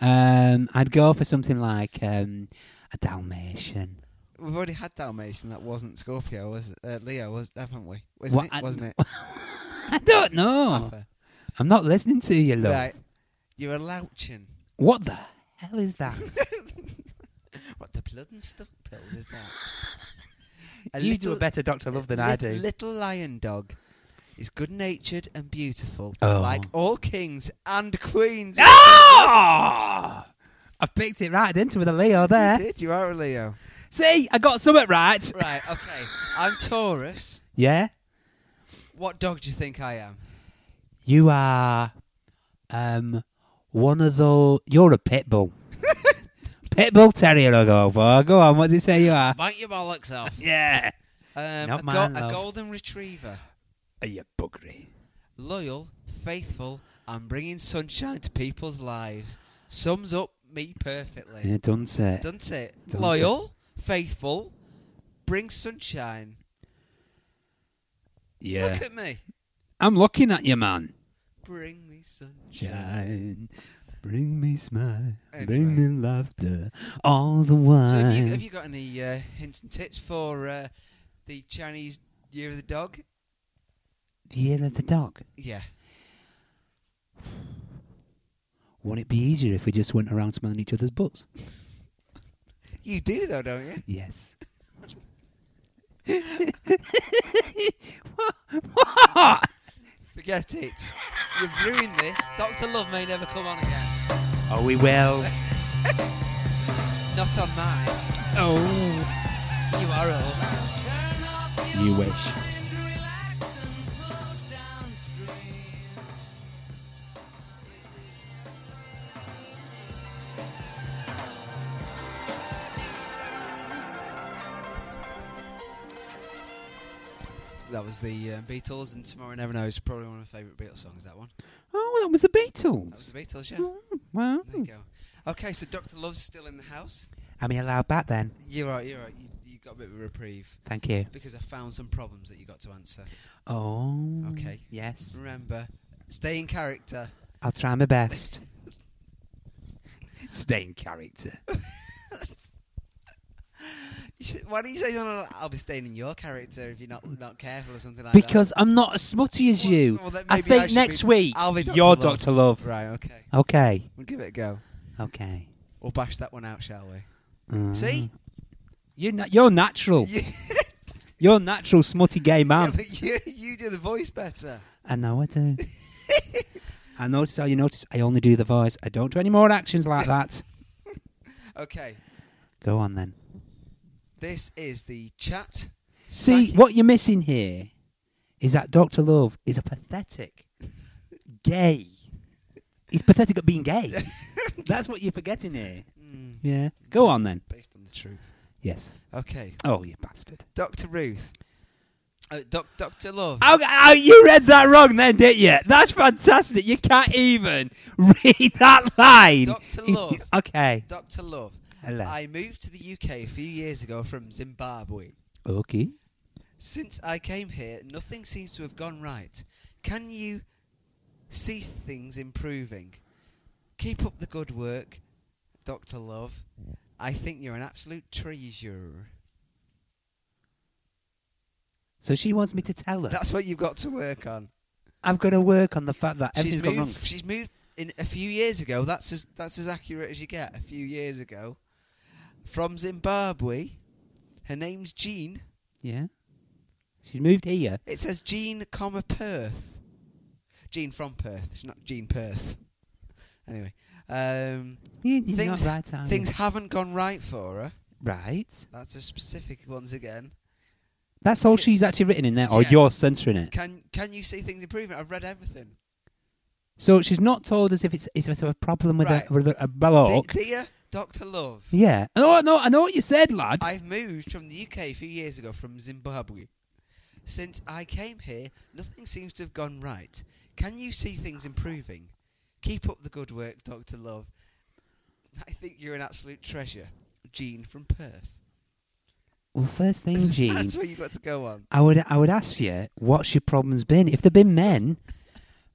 Um, I'd go for something like um, a Dalmatian.
We've already had Dalmatian. That wasn't Scorpio, was it? Uh, Leo, was haven't we? Wasn't
What-
it?
I-
wasn't it?
I don't know.
Arthur?
I'm not listening to you, love.
Right. You're a Louchin.
What the hell is that?
What the blood and stuff pills is
<laughs>
that?
you do <laughs> a better Doctor Love than I
lit-
do.
Little lion dog is good natured and beautiful,
Oh.
like all kings and queens.
Ah! I picked it right into with a Leo
You
there.
did you are a Leo?
See, I got something right.
<laughs> Right. Okay. I'm Taurus.
Yeah,
What dog do you think I am?
you are um one of those. You're a pit <laughs> bull. pit bull terrier. I go for. Go on. What does it say you are?
Bite your bollocks off.
Yeah.
<laughs> Um,
Not
a,
mine,
a
love.
golden retriever,
Are you buggery?
loyal, faithful, and bringing sunshine to people's lives. Sums up me perfectly,
Yeah, done say.
doesn't it?
Doesn't
loyal, faithful, brings sunshine.
Yeah.
Look at me.
I'm looking at you, man.
Bring me sunshine.
Shine. Bring me smile.
Anyway.
Bring me laughter. All the
So, have you,
while.
have you got any uh, hints and tips for uh, the Chinese Year of the Dog?
the year of the dog.
Yeah.
Wouldn't it be easier if we just went around smelling each other's butts?
You do though, don't you?
Yes. what? What?
Forget it. You've ruined this. Doctor Love may never come on again.
Oh, we will.
Not on mine.
<laughs> Oh.
You are all.
You wish.
That was the um, Beatles, and Tomorrow Never Knows. Probably one of my favourite Beatles songs. That one.
Oh, that was the Beatles.
That was the Beatles. Yeah.
Oh, wow.
There you go. Okay, so Doctor Love's still in the house.
Am I allowed back then?
You're right. You're right. You, you got a bit of a reprieve
Thank you.
because I found some problems that you got to answer.
Oh.
Okay.
Yes.
Remember, stay in character.
I'll try my
<laughs>
best. Stay in character.
You should, why do you say something like, I'll be staying in your character if you're not not careful or something like
Because I'm not as smutty as
Well,
you.
well, then
I
maybe I
think
should
next
be-
week
I'll be Dr.
you're
Love.
Dr.
that?
Love.
Right. Okay.
Okay.
We'll give it a go.
Okay.
We'll bash that one out, shall we?
Mm.
See?
You're, na- you're natural.
You, <laughs>
You're natural, smutty gay
yeah,
man.
but you, you do the voice better.
I know I do. I notice how you notice I only do the voice. I don't do any more actions like that.
Okay.
Go on then.
This is the chat.
See,
Psychic-
what you're missing here is that Dr. Love is a pathetic gay. He's pathetic at being
<laughs>
gay. That's what you're forgetting here.
Mm,
Yeah. Go on then.
based on the truth.
Yes.
Okay.
Oh, you bastard.
Dr. Ruth. Uh, doc, Dr. Love.
Oh, oh, you read that wrong then, didn't you? That's fantastic. You can't even <laughs> read that line.
Dr. Love.
okay.
Dr. Love.
Hello.
I moved to the UK a few years ago from Zimbabwe.
okay.
Since I came here, nothing seems to have gone right. Can you see things improving? Keep up the good work, Dr. Love. I think you're an absolute treasure.
So she wants me to tell her.
That's what you've got to work on.
I've got to work on the fact that
She's
everything's
moved,
gone wrong.
she's moved in a few years ago. That's as that's as accurate as you get. A few years ago, from Zimbabwe. Her name's Jean.
Yeah. She's moved here.
It says Jean, comma Perth. Jean from Perth. She's not Jean Perth. <laughs> Anyway, um,
You- You're
Things-
not right, are you?
things haven't gone right for her.
Right.
That's a specific once again.
That's all she's actually written in there, or
Yeah.
you're censoring it.
Can can you see things improving? I've read everything.
So she's not told us if it's if it's a problem with
Right.
a, with a, a
De-
block.
dear Doctor Love,
yeah. Oh no, I know what you said, lad.
I've moved from the UK a few years ago from Zimbabwe. Since I came here, nothing seems to have gone right. Can you see things improving? Keep up the good work, Doctor Love. I think you're an absolute treasure, Jean from Perth.
well, first thing, Gene,
<laughs> That's where you got to go on.
I would I would ask you what's your problem's been. If they've been men,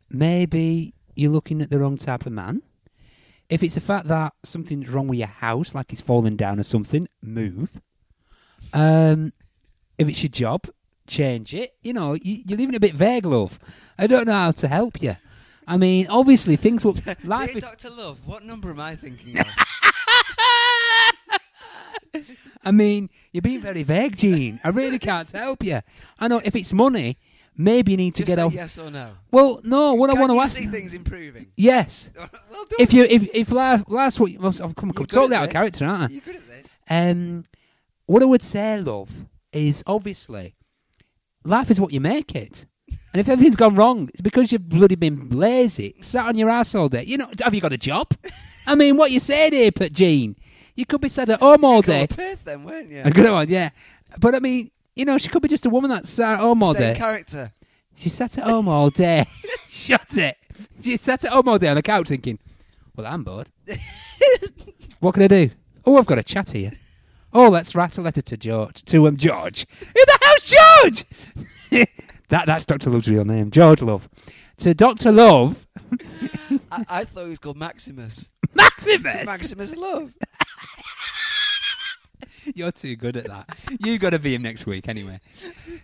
maybe you're looking at the wrong type of man. If it's the fact that something's wrong with your house, like it's fallen down or something, move. Um, if it's your job, change it. You know, you, you're leaving it a bit vague, love. I don't know how to help you. I mean, obviously things
<laughs>
will life.
Dear
is-
Doctor Love, what number am
<laughs>
I thinking of?
I mean, you're being very vague, Gene. I really can't help you. I know if it's money, maybe you need to
Just
get
say
off.
yes or no.
Well, no, what
Can
I want to
you
ask.
see things improving? <laughs>
Yes.
well done.
If you if if last last week I've I've come
You're good
totally
at
out of
this.
character, aren't
You're good at this.
I? Um, what I would say, love, is obviously life is what you make it, and if everything's gone wrong, it's because you've bloody been lazy, sat on your ass all day. You know, have you got a job? I mean, what you said here, but Jean, you could be sat at home all
Go
day. <laughs>
to Perth then, weren't you?
A good one, yeah. But I mean, you know, she could be just a woman that's sat at home all
Stay
day.
in character.
She sat at home all day. Shut it. She sat at home all day on the couch thinking, well, I'm bored. what can I do? Oh, I've got a chat here. Oh, let's write a letter to George. To um, George. Who the hell's George? <laughs> that That's Dr. Love's real name. George Love. To Dr. Love, <laughs>
I, I thought he was called Maximus.
Maximus.
Maximus Love.
You're too good at that. You got to be him next week anyway.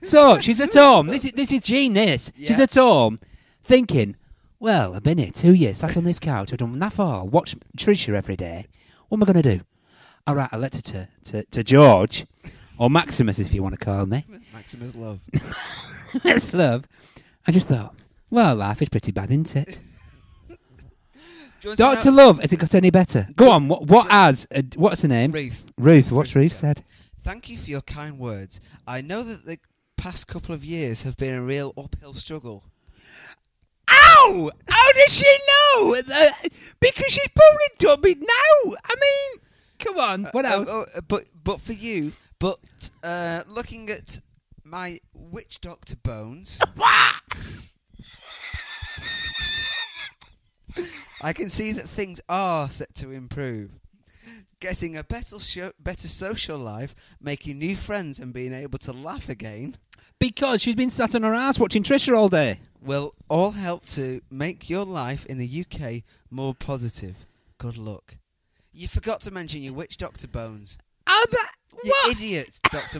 So she's at home. This is this is genius. She's
Yeah.
at home, thinking, Well, I've been here two years, sat on this couch, I've done that far, watched Tricia every day. What am I going to do? All right, I let it to, to, to George, or Maximus if you want to call me. <laughs>
Maximus Love.
That's love. I just thought, well, life is pretty bad, isn't it?
Do you want to
Doctor Love, has it got any better? Go on. What, what has? Uh, what's her name?
Ruth,
Ruth. What's Ruth said?
Thank you for your kind words. I know that the past couple of years have been a real uphill struggle.
Ow! How does she know? Uh, because she's probably done it now. I mean, come on. What
Uh,
else?
oh, uh, but but for you, but uh, looking at my witch doctor
<laughs>
bones, I can see that things are set to improve. Getting a better sho better social life, making new friends, and being able to laugh again
Because she's been sat on her ass watching Trisha all day.
will all help to make your life in the UK more positive. Good luck. You forgot to mention your witch doctor bones.
How that?
You
What?
idiots, Dr.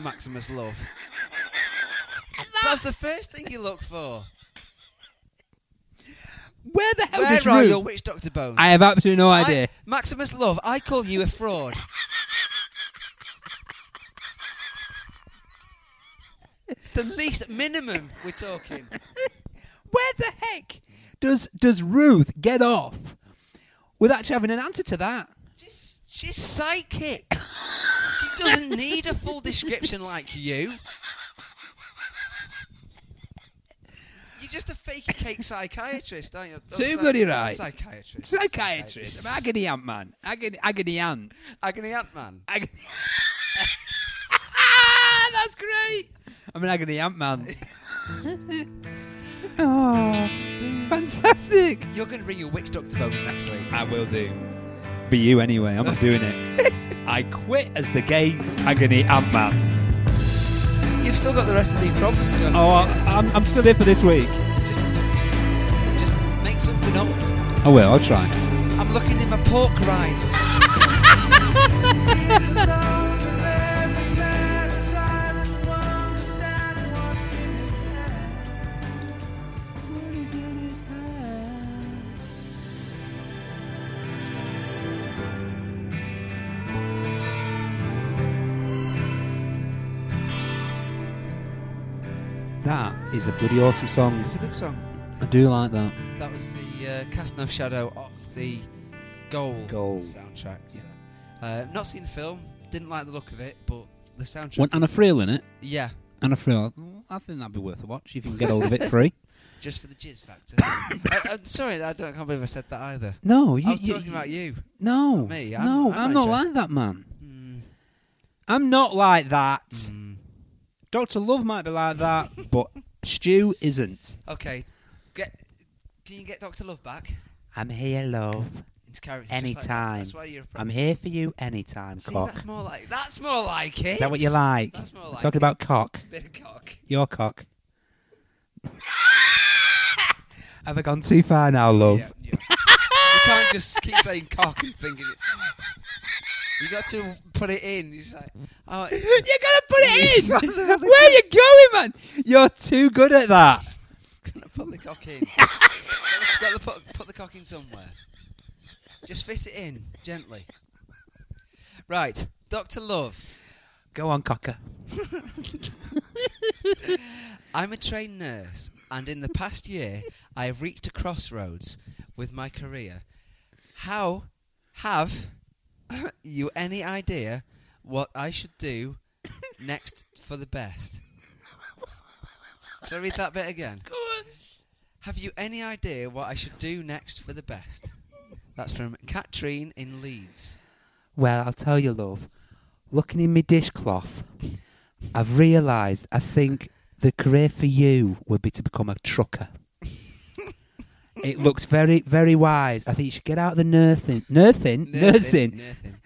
<laughs>
Maximus Love. That's the first thing you look for.
Where the hell
Where
did
are
Ruth?
your witch doctor bones?
I have absolutely no idea.
Maximus Love, I call you a fraud. it's the least minimum we're talking.
Where the heck does does Ruth get off with actually having an answer to that?
She's, she's psychic. She doesn't need a full description like you. You're just a fakey cake psychiatrist, aren't you?
Too
psy-
bloody right.
Psychiatrist.
Psychiatrist, I'm agony aunt man, agony, agony aunt.
Agony Ant Man.
Ag- <laughs> ah, that's great. I'm an agony ant man. oh, fantastic.
You're going to bring your witch doctor bone next week.
I will do. Be you anyway. I'm not doing it. <laughs> I quit as the gay agony ant man.
You've still got the rest of the problems to go.
Oh, I- I'm, I'm still here for this week.
Just, just make something up.
I will. I'll try.
I'm looking in my pork rinds.
That is a bloody awesome song.
It's a good song.
I do like that.
That was the uh, Cast No Shadow off the Goal,
Goal.
soundtrack. so. Uh, not seen the film. Didn't like the look of it, but the soundtrack.
Want Anna
is-
Friel in it?
Yeah,
Anna Friel. I think that'd be worth a watch if you can get hold of it free.
just for the
<coughs>
jizz factor. I, I'm sorry, I, don't, I can't believe I said that either.
<laughs> No, you.
I was
you-
talking about you.
No,
Not me. I'm-
no,
I'm
I'm,
not
not
interested.
like that, man.
Mm,
I'm not like that.
mm.
Doctor Love might be like
<laughs>
that, but Stu isn't.
Okay, get. Can you get Doctor Love back
I'm here, love.
into character? just like that?
Anytime.
that's why you're. A pro-
I'm here for you anytime,
See,
cock.
that's more like. That's more like it.
Is that what you like?
That's more
I'm
like
talking
it.
about cock.
<laughs> Bit of cock.
Your cock. <laughs> Have I gone too far now, love?
Yeah, <laughs> yeah. you can't just keep saying cock and thinking it. You got to put it in. You're just like, oh,
You're gonna put <laughs> it in. Where you going, man? You're too good at that.
gonna put the cock <laughs> in. gotta gotta put, put the cock in somewhere. Just fit it in gently. Right, Doctor Love.
Go on, cocker.
I'm a trained nurse, and in the past year, I have reached a crossroads with my career. How have <coughs> you any idea what I should do <coughs> next for the best? Shall I read that bit again? Go on. Have you any idea what I should do next for the best? That's from Katrine in Leeds.
Well, I'll tell you, love. Looking in my dishcloth, I've realised I think the career for you would be to become a
<laughs>
trucker. it looks very, very wise. I think you should get out of the nursing, nursing, nursing,
Nursing.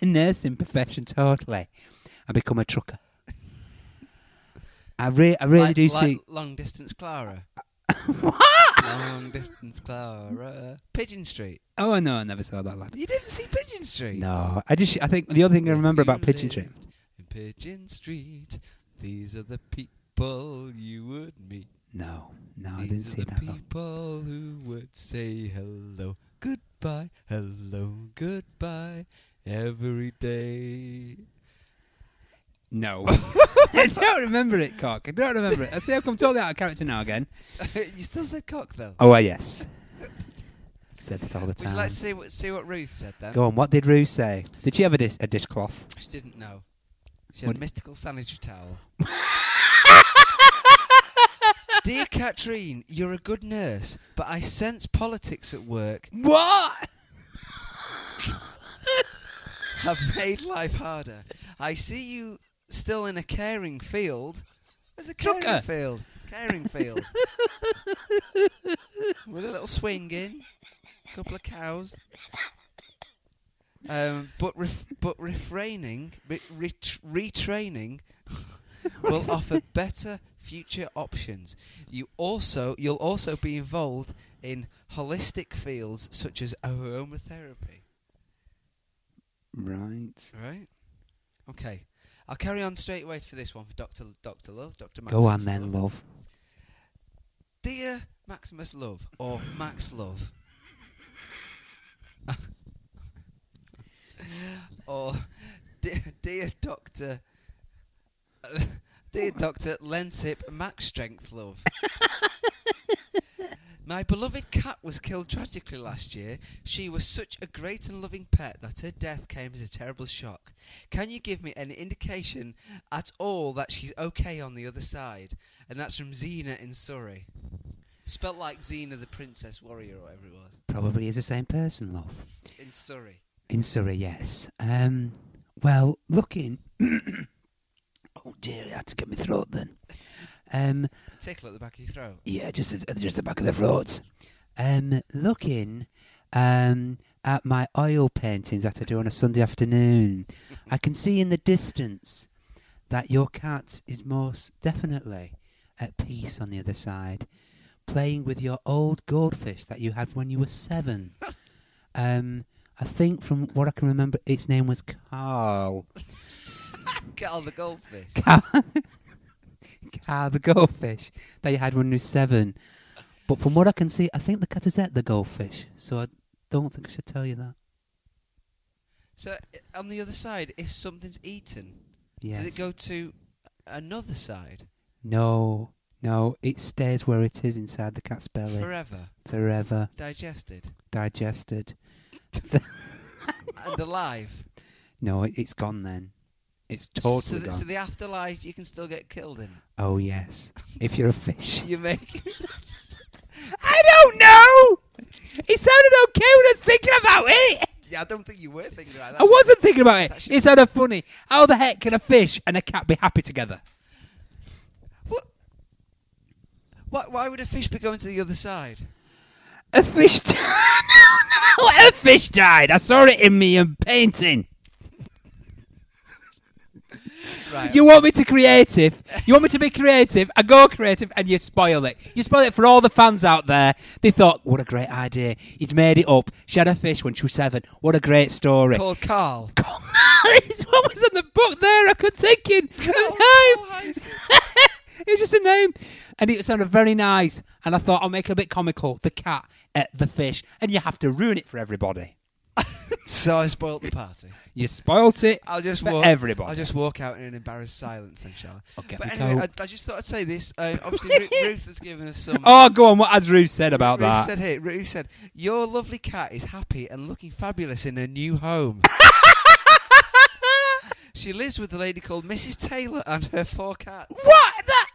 the nursing <laughs> profession totally, and become a trucker. I, re- I really
Like-
do
like
see.
long
<laughs>
distance Clara. Long distance Clara. Pigeon Street.
Oh no, I never saw that lad.
You didn't see Pigeon Street.
No, I just. I think the other thing I
If
remember
you
about Pigeon Tree.
lived In Pigeon Street, these are the people you would meet.
No, No, I
These
didn't
are
see that.
the
though.
people who would say hello, goodbye, hello, goodbye every day. <laughs>
No. <laughs> I don't remember it, Cock. I don't remember it. I see how come I'm totally out of character now again.
you still said cock though.
Oh, well, yes. Said that all the
Would
time.
you like to see what see what Ruth said then?
Go on, what did Rue say? Did she have a, dis- a dishcloth?
She didn't know. She had
What-
a mystical sanitary towel. Dear Katrine, you're a good nurse, but I sense politics at work
What?
have <laughs> made life harder. I see you still in a caring field. There's a caring
Trucker.
field. Caring field. <laughs> With a little swing in, a couple of cows. Um, but ref- but refraining, re- ret- retraining <laughs> will offer better future options. You also you'll also be involved in holistic fields such as aromatherapy.
Right.
Right. Okay. I'll carry on straight away for this one for Doctor Doctor Love, Doctor Maximus.
Go on then, love.
Dear Maximus Love or Max Love. <laughs> or dear, dear Doctor Dear Doctor Lentip Max Strength Love. <laughs> My beloved cat was killed tragically last year. She was such a great and loving pet that her death came as a terrible shock. Can you give me any indication at all that she's okay on the other side? And that's from Zena in Surrey. Spelt like Zena the Princess Warrior or whatever it was.
Probably is the same person, love.
In Surrey.
In Surrey, yes. Um, well, looking. <coughs> oh dear, I had to get my throat then. Um,
Tickle at the back of your throat.
Yeah, just at- at just the back of the throat. Um, looking um, at my oil paintings that I do on a Sunday afternoon, I can see in the distance that your cat is most definitely at peace on the other side, playing with your old goldfish that you had when you were seven. Um, I think from what I can remember, its name was Carl.
Carl the goldfish.
Car, Car Ah, the goldfish that you had when you were seven. But from what I can see, I think the cat has ate the goldfish, so I don't think I should tell you that.
So i- on the other side, if something's eaten,
Yes.
does it go to another side
No, no, it stays where it is inside the cat's belly
forever,
forever,
digested
digested.
and alive?
No, it, it's gone then. It's totally
so, the,
gone.
so the afterlife, you can still get killed in.
oh
<laughs>
yes, if you're a fish.
You make <laughs>
I don't know. It sounded okay when I was thinking about it.
yeah, I don't think you were thinking like that.
I wasn't thinking about
That
it.
should-
It's kind of funny. How the heck can a fish and a cat be happy together?
What? Why, why would a fish be going to the other side?
A fish <laughs> died. no, no, a fish died. I saw it in me and painting.
Right.
You want me to creative? You want me to be creative? I go creative and you spoil it. You spoil it for all the fans out there. They thought, what a great idea. He's made it up. She had a fish when she was seven. What a great story.
called Carl.
<laughs> it's what was in the book there. I could think it. <laughs> it was just a name. And it sounded very nice. And I thought, I'll make it a bit comical. The cat at the fish. And you have to ruin it for everybody.
so I spoilt the party.
You spoilt it.
I'll just
For
walk.
everybody.
I'll just walk out in an embarrassed silence then, shall I?
Okay,
but
we
anyway,
go.
I, I just thought I'd say this.
<laughs>
Uh, obviously, Ru- Ruth has given us some.
Oh, go on. What has Ruth said about
Ruth
that?
said here. Ruth said, "Your lovely cat is happy and looking fabulous in her new
<laughs>
home." she lives with a lady called Mrs. Taylor and her four cats.
what the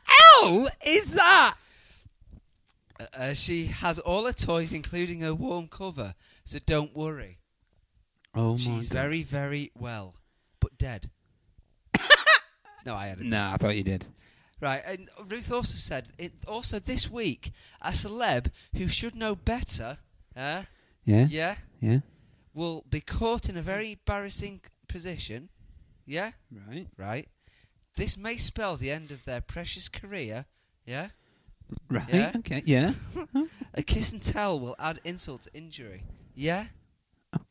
hell is that? Oh.
Uh, she has all her toys, including her warm cover. So don't worry.
Oh,
She's very, very well, but
<laughs>
dead. no, I added.
Nah, I thought you did.
Right, and Ruth also said, it, also this week, a celeb who should know better, uh,
Yeah?
yeah,
Yeah.
will be caught in a very embarrassing position, yeah,
Right.
right. This may spell the end of their precious career, yeah.
Right.
Yeah?
Okay. Yeah.
A kiss and tell will add insult to injury, yeah.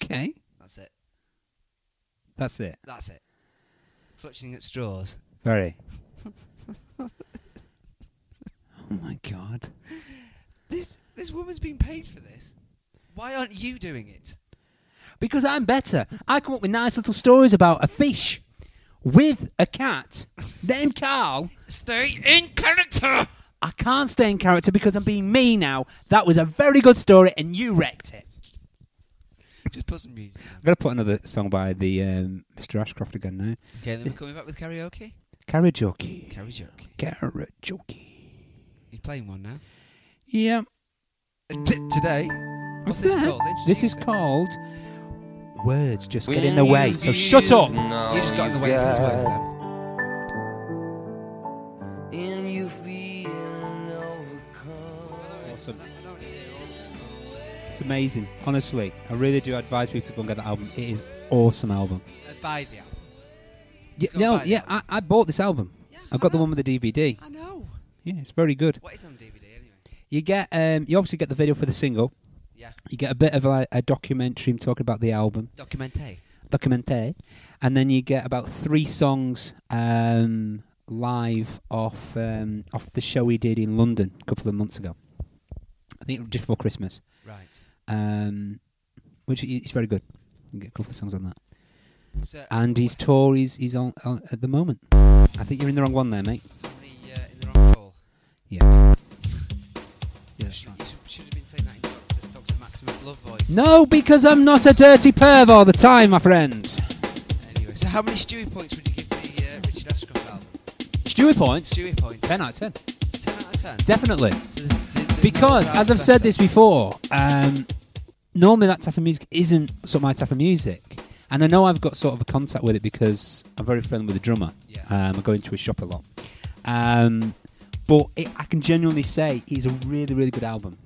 Okay.
That's it.
That's it.
That's it. Clutching
<laughs>
at straws.
Very. oh, my God.
this woman's being paid for this. Why aren't you doing it?
Because I'm better. I come up with nice little stories about a fish with a cat named Carl.
Stay in character.
I can't stay in character because I'm being me now. That was a very good story and you wrecked it.
Just put some music.
I'm going to put another song by the um, Mr. Ashcroft again now.
Okay, then we're coming back with karaoke.
Karajoki.
Karaoke.
Karajoki.
You're playing one now. Uh,
Yeah.
T- today.
What's
What's this
that?
called? Introduce
This is
it.
called Words Just Get in the Way. So shut up.
You just got in the way of his words then.
And you feel overcome.
Awesome. It's amazing. Honestly, I really do advise people to go and get that album. It is awesome album.
Uh, buy the album.
Yeah,
go
no,
buy it.
yeah, I, I bought this album.
Yeah,
I've got the one with the DVD.
I know.
Yeah, it's very good.
What is on DVD anyway?
You get, um, you obviously get the video for the single.
Yeah.
You get a bit of like, a documentary him talking about the album,
Documente.
documentary, and then you get about three songs um, live off um, off the show he did in London a couple of months ago. I think just before Christmas.
Right.
um, which i- it's very good. You get a couple of songs on that.
So
And his tour is is on, on at the moment. I think you're in the wrong one there, mate.
the, uh, in the wrong call.
Yeah. Yeah,
You
that's
should,
right.
you should, should have been saying that in Dr. Dr. Maximus Love voice.
No, because I'm not a dirty perv all the time, my friend.
Anyway, so how many Stewie points would you give the uh, Richard Ashcroft album?
Stewie points.
Stewie points.
Ten out of ten,
10 out of 10.
definitely.
So there's- there's- there's
Because
no doubt
as I've
about
said
it.
this before, um, normally that type of music isn't sort of my type of music, and I know I've got sort of a contact with it because I'm very friendly with the drummer.
Yeah.
Um, I go into his shop a lot. Um, but it, I can genuinely say it's a really, really good album.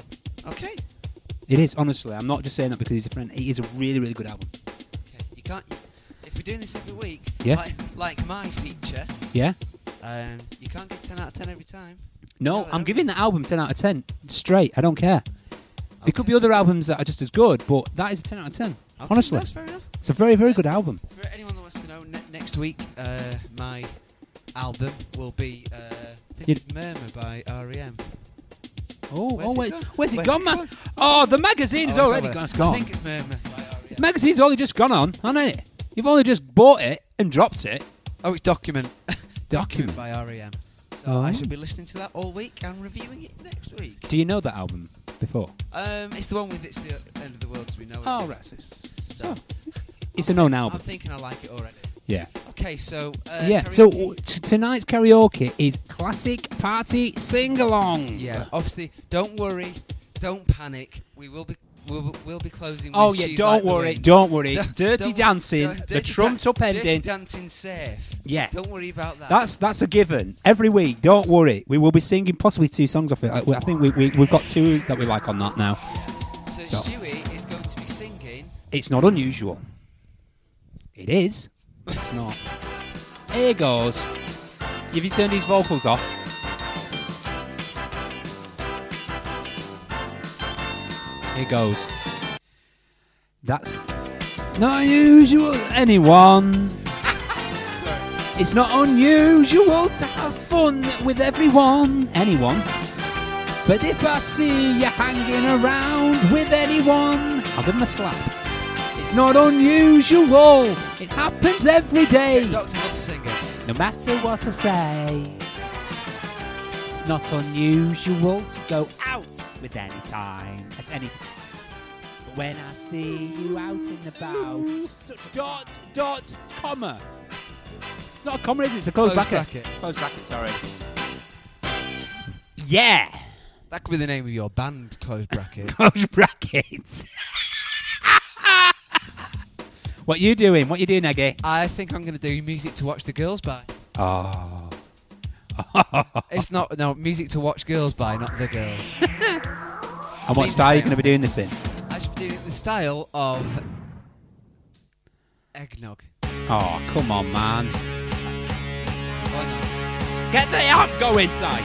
Okay.
It is, honestly. I'm not just saying that because he's a friend. It is a really, really good album.
Okay. You can't. If we're doing this every week,
Yeah.
like, like my feature,
Yeah?
um, you can't give 10 out of 10 every time.
No,
Yeah,
I'm
yeah.
giving that album 10 out of 10 straight. I don't care. There could be other albums that are just as good, but that is a 10 out of 10.
Okay,
Honestly.
That's fair enough.
It's a very, very good album.
For anyone that wants to know, ne- next week, uh, my album will be uh, I think
You'd-
it's Murmur by E REM.
Oh,
Where's
oh,
it
wait.
gone?
Where's it
Where's
gone,
it
man?
gone?
Oh, the magazine is
Oh, it's
already
over
gone. It's
there. I
gone.
think it's Murmur by E REM.
Magazine's only just gone on, hasn't it? You've only just bought it and dropped it.
Oh, it's Document. <laughs>
Document.
by REM. So
Oh.
I should be listening to that all week and reviewing it next week.
Do you know that album before?
Um, it's the one with It's the End of the World as we know it.
Oh, right. It's,
So,
it's a known
I'm
album.
thinking I like it already.
Yeah.
Okay, so. Uh,
yeah. So
karaoke.
w- t- tonight's karaoke is classic party sing along.
Yeah, obviously, don't worry, don't panic. We will be we'll, we'll be closing.
Oh
with
yeah,
She's
don't
Like the
worry,
Wind.
don't worry.
Don't-
dirty
don't-
dancing,
don't-
the
Dirty
trumped
Dan-
up ending.
Dirty dancing safe.
Yeah.
Don't worry about that.
That's that's a given. Every week, don't worry. We will be singing possibly two songs off it. I, I think we, we we've got two that we like on that now.
so,
so-
Stewie is going to be singing.
It's not unusual. It is. but It's not. Here goes. Have you turned these vocals off? Here goes. That's not unusual, anyone.
Sorry.
It's not unusual to have fun with everyone, anyone. But if I see you hanging around with anyone, I'll give them a slap. It's not unusual. It happens every day.
Doctor loves singing.
No matter what I say, it's not unusual to go out with any time at any time. But when I see you out and about, such dot dot comma. It's not a comma, is it? It's a closed
Close
bracket.
bracket.
Closed bracket. Sorry. Yeah, <laughs>
That could be the name of your band. Close bracket.
closed bracket. <laughs> what you doing? What you doing, Aggie?
I think I'm going to do music to watch the girls by.
Oh.
It's not no music to watch girls by, not the girls.
And what
Please
style are you
say-
going to be doing this in?
I should do it in the style of eggnog.
Oh, come on, man.
Hang on.
Get the up, go inside.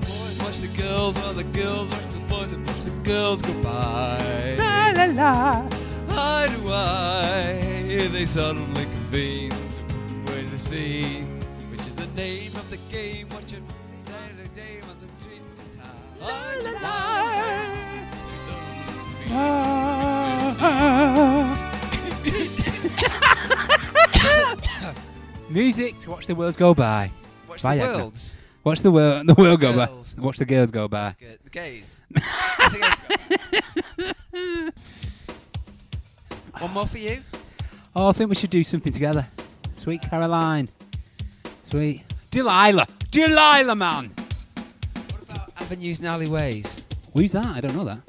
Boys watch the girls while the girls watch the boys and watch the girls go by.
La la la.
Why do I? They suddenly convene to where the scene, which is the name of the game. Watch it. a day on the streets in town. On tonight. You suddenly feel
<laughs> Music to watch the worlds go by.
Watch
Viagra.
the worlds.
Watch the world, the world go
Girls.
by. Watch the girls go by.
Good. The gays. The gays. One more for you.
Oh, I think we should do something together. Sweet Caroline. Sweet. Delilah. Delilah, man.
What about avenues and alleyways?
Who's that? I don't know that.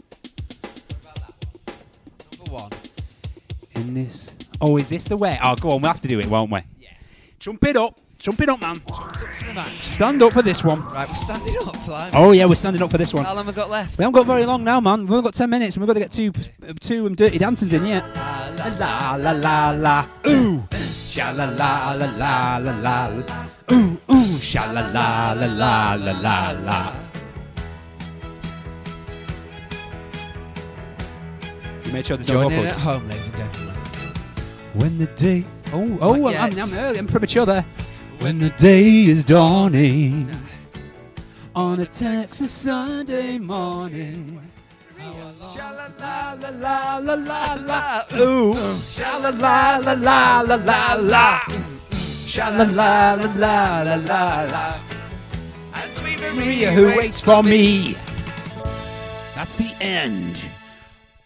Number one.
In this. Oh, is this the way? Oh, go on. We'll have to do it, won't we? Yeah. Trump it up. Trump it up, man.
Trumped up to the match.
Stand up for this one.
Right, we're standing up, Blimey.
Oh, yeah, we're standing up for this one.
How long have we got left?
We haven't got very long now, man. We've only got 10 minutes and we've got to get two, uh, two um, dirty dancings in yet.
La, la, la.
La la la la, ooh, sha la la la la la la, ooh ooh, sha la la la la la la la. You made sure there's no
Join in at
vocals.
home, ladies and gentlemen.
When the day, oh oh,
Not
I'm,
yet.
I'm early, I'm premature there. When the day is dawning on a Texas Sunday morning.
Sha la la la la la la la.
Ooh, sha la la la la la la la, sha la la la la la la la.
And sweet
Maria who waits for me. That's the end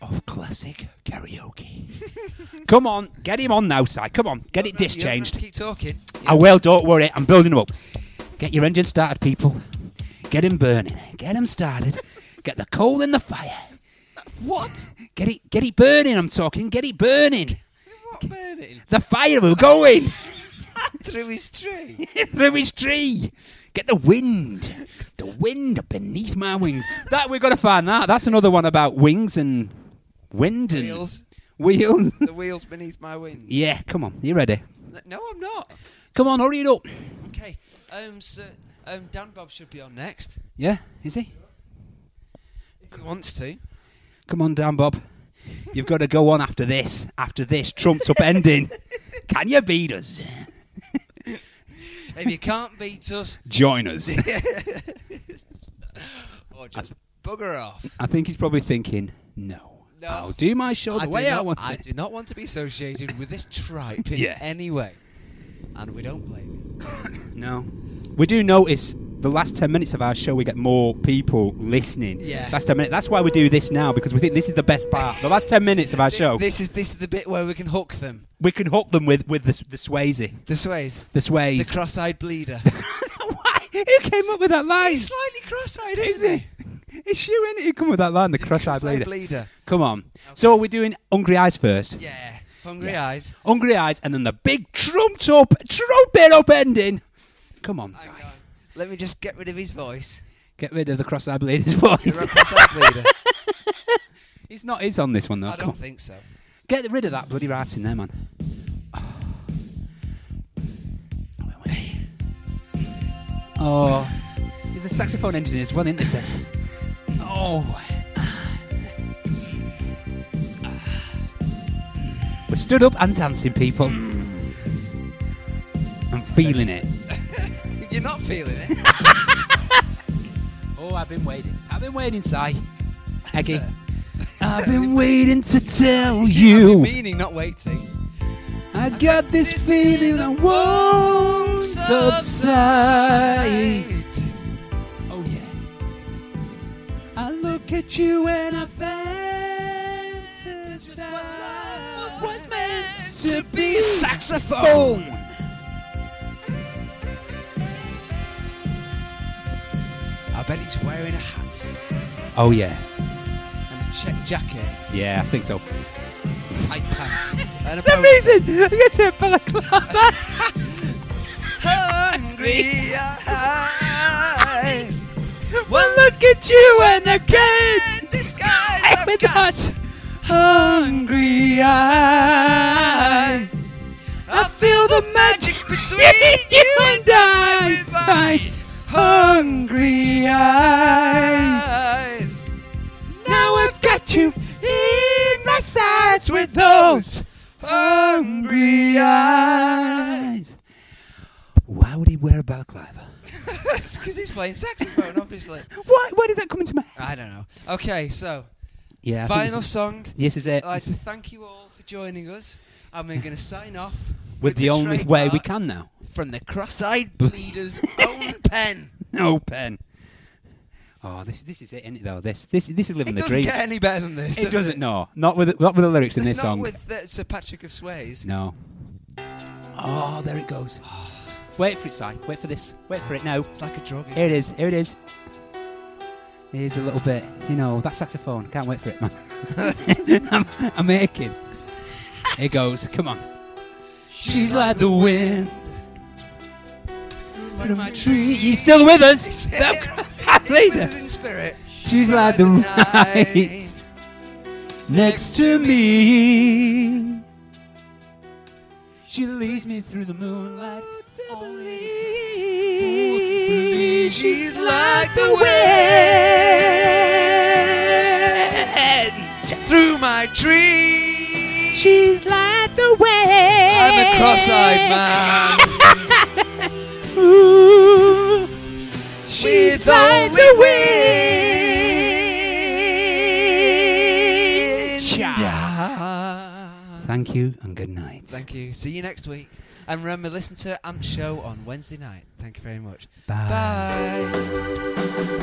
of classic karaoke. Come on, get him on now, Si. Come on, get it
You don't have to
discharged.
Keep talking.
I will, Ah, don't worry, I'm building him up. Get your engine started, people. Get him burning. Get him started. get the coal in the fire.
What?
Get it get it burning, I'm talking. Get it burning.
What burning?
The fire will go in <laughs>
Through his tree.
through his tree. Get the wind. The wind beneath my wings. That we've got to find that. That's another one about wings and wind and
Wheels.
Wheels. <laughs>
The wheels beneath my wings.
yeah, come on. You ready?
No, I'm not.
Come on, hurry it up.
Okay. Um, so, um, Dan Bob should be on next
Yeah, is he?
if he wants to.
Come on, Dan Bob. You've got to go on after this. After this trumped up ending. Can you beat us?
If you can't beat us,
Join us.
or oh, just bugger off.
<laughs> I think he's probably thinking, no.
No.
I'll do my show the
I
way
do
I
not-
want
I
it.
do not want to be associated with this tripe in
Yeah.
any way. And we don't blame him.
No. We do notice the last 10 minutes of our show, we get more people listening.
Yeah.
Last 10 minutes. That's why we do this now, because we think this is the best part. The last 10 minutes of our show,
This is this is the bit where we can hook them.
we can hook them with, with the, the Swayze.
The sways.
The
The
Sways.
cross-eyed bleeder.
<laughs> Why? Who came up with that line?
He's slightly cross-eyed,
Is
isn't
it? It's you, innit, who come up with that line, the cross-eyed bleeder.
Cross-eyed bleeder.
Come on. So we're doing Hungry Eyes first.
Yeah. Hungry eyes.
Hungry Eyes, and then the big trumped up, trumpet up ending. Come on, Si.
Let me just get rid of
<laughs>
his voice.
Get rid of the cross-eyed bleeder's
You're a
voice. <laughs>
cross-eyed bleeder.
It's not his on this one, though.
I
Oh, Come on.
don't think so. <laughs>
Get rid of that bloody writing there, man. Oh, there's a saxophone engineer as well, isn't there, Sess? Oh. We're stood up and dancing, people. I'm feeling it.
You're not feeling it.
Oh, I've been waiting. I've been waiting, Si. Eggy. I've been waiting to <laughs>
<laughs>
tell you.
I mean, meaning, not waiting.
I got this feeling that won't subside. Oh yeah. I look at you and I fantasize what's meant to be saxophone.
I bet he's wearing a hat
Oh yeah,
and a check jacket,
yeah, I think so.
tight pants, and a
For some
bow tie.
reason, I guess a balaclava.
Hungry eyes.
One look at you and I can't
Disguise.
I
I've got
forgot. Hungry eyes. I feel the magic between you and I.
with my
hungry eyes.
eyes.
Now I've got you in my sights with those hungry eyes. Why would he wear a balaclava?
That's because he's playing saxophone, obviously.
Why? Where did that come into my head?
I don't know. Okay, so
Yeah. I think
final
This is,
song.
this is it.
I'd like to thank you all for joining us, and we're going to sign off
with the only way we
trademark
can now.
from the cross-eyed bleeder's own
<laughs>
pen.
No pen. Oh, this this is it, isn't it? Though this this this is living
It
the
doesn't
dream.
get any better than this.
it
does
doesn't. No, <laughs> not with not with the lyrics in this
Not
song.
with the Sir Patrick of Sways.
No. Oh, there it goes. Wait for it, Si. Wait for this. Wait for it now.
It's like a drug.
Here it
Isn't
is. Here it is. Here's a little bit. You know, that saxophone. Can't wait for it, man. <laughs> I'm, I'm aching. Here goes. Come on. She's like the wind
it? One of my
tree.
trees.
You still with us? <laughs>
It
Later.
was in spirit.
She's
But
like
at
the
night,
night next to me. She leads me through the moonlight.
to
believe
She's like the wind through my tree.
She's like the wind.
I'm a cross-eyed man
Ooh,
with only wind.
Thank you and good night.
Thank you. See you next week. And remember, listen to Ant's show on Wednesday night. Thank you very much.
Bye.
Bye.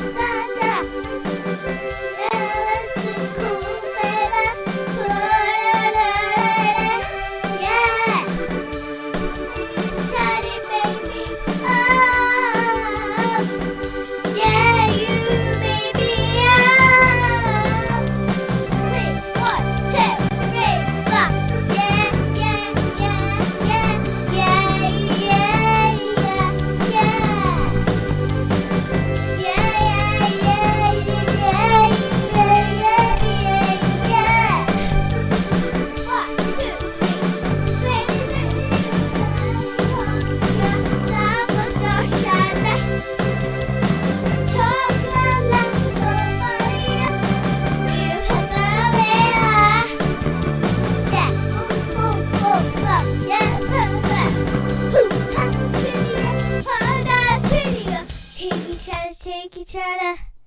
Yeah. Yeah, yeah, yeah, yeah, yeah, yeah, yeah, yeah. One, two, three, Shake each other.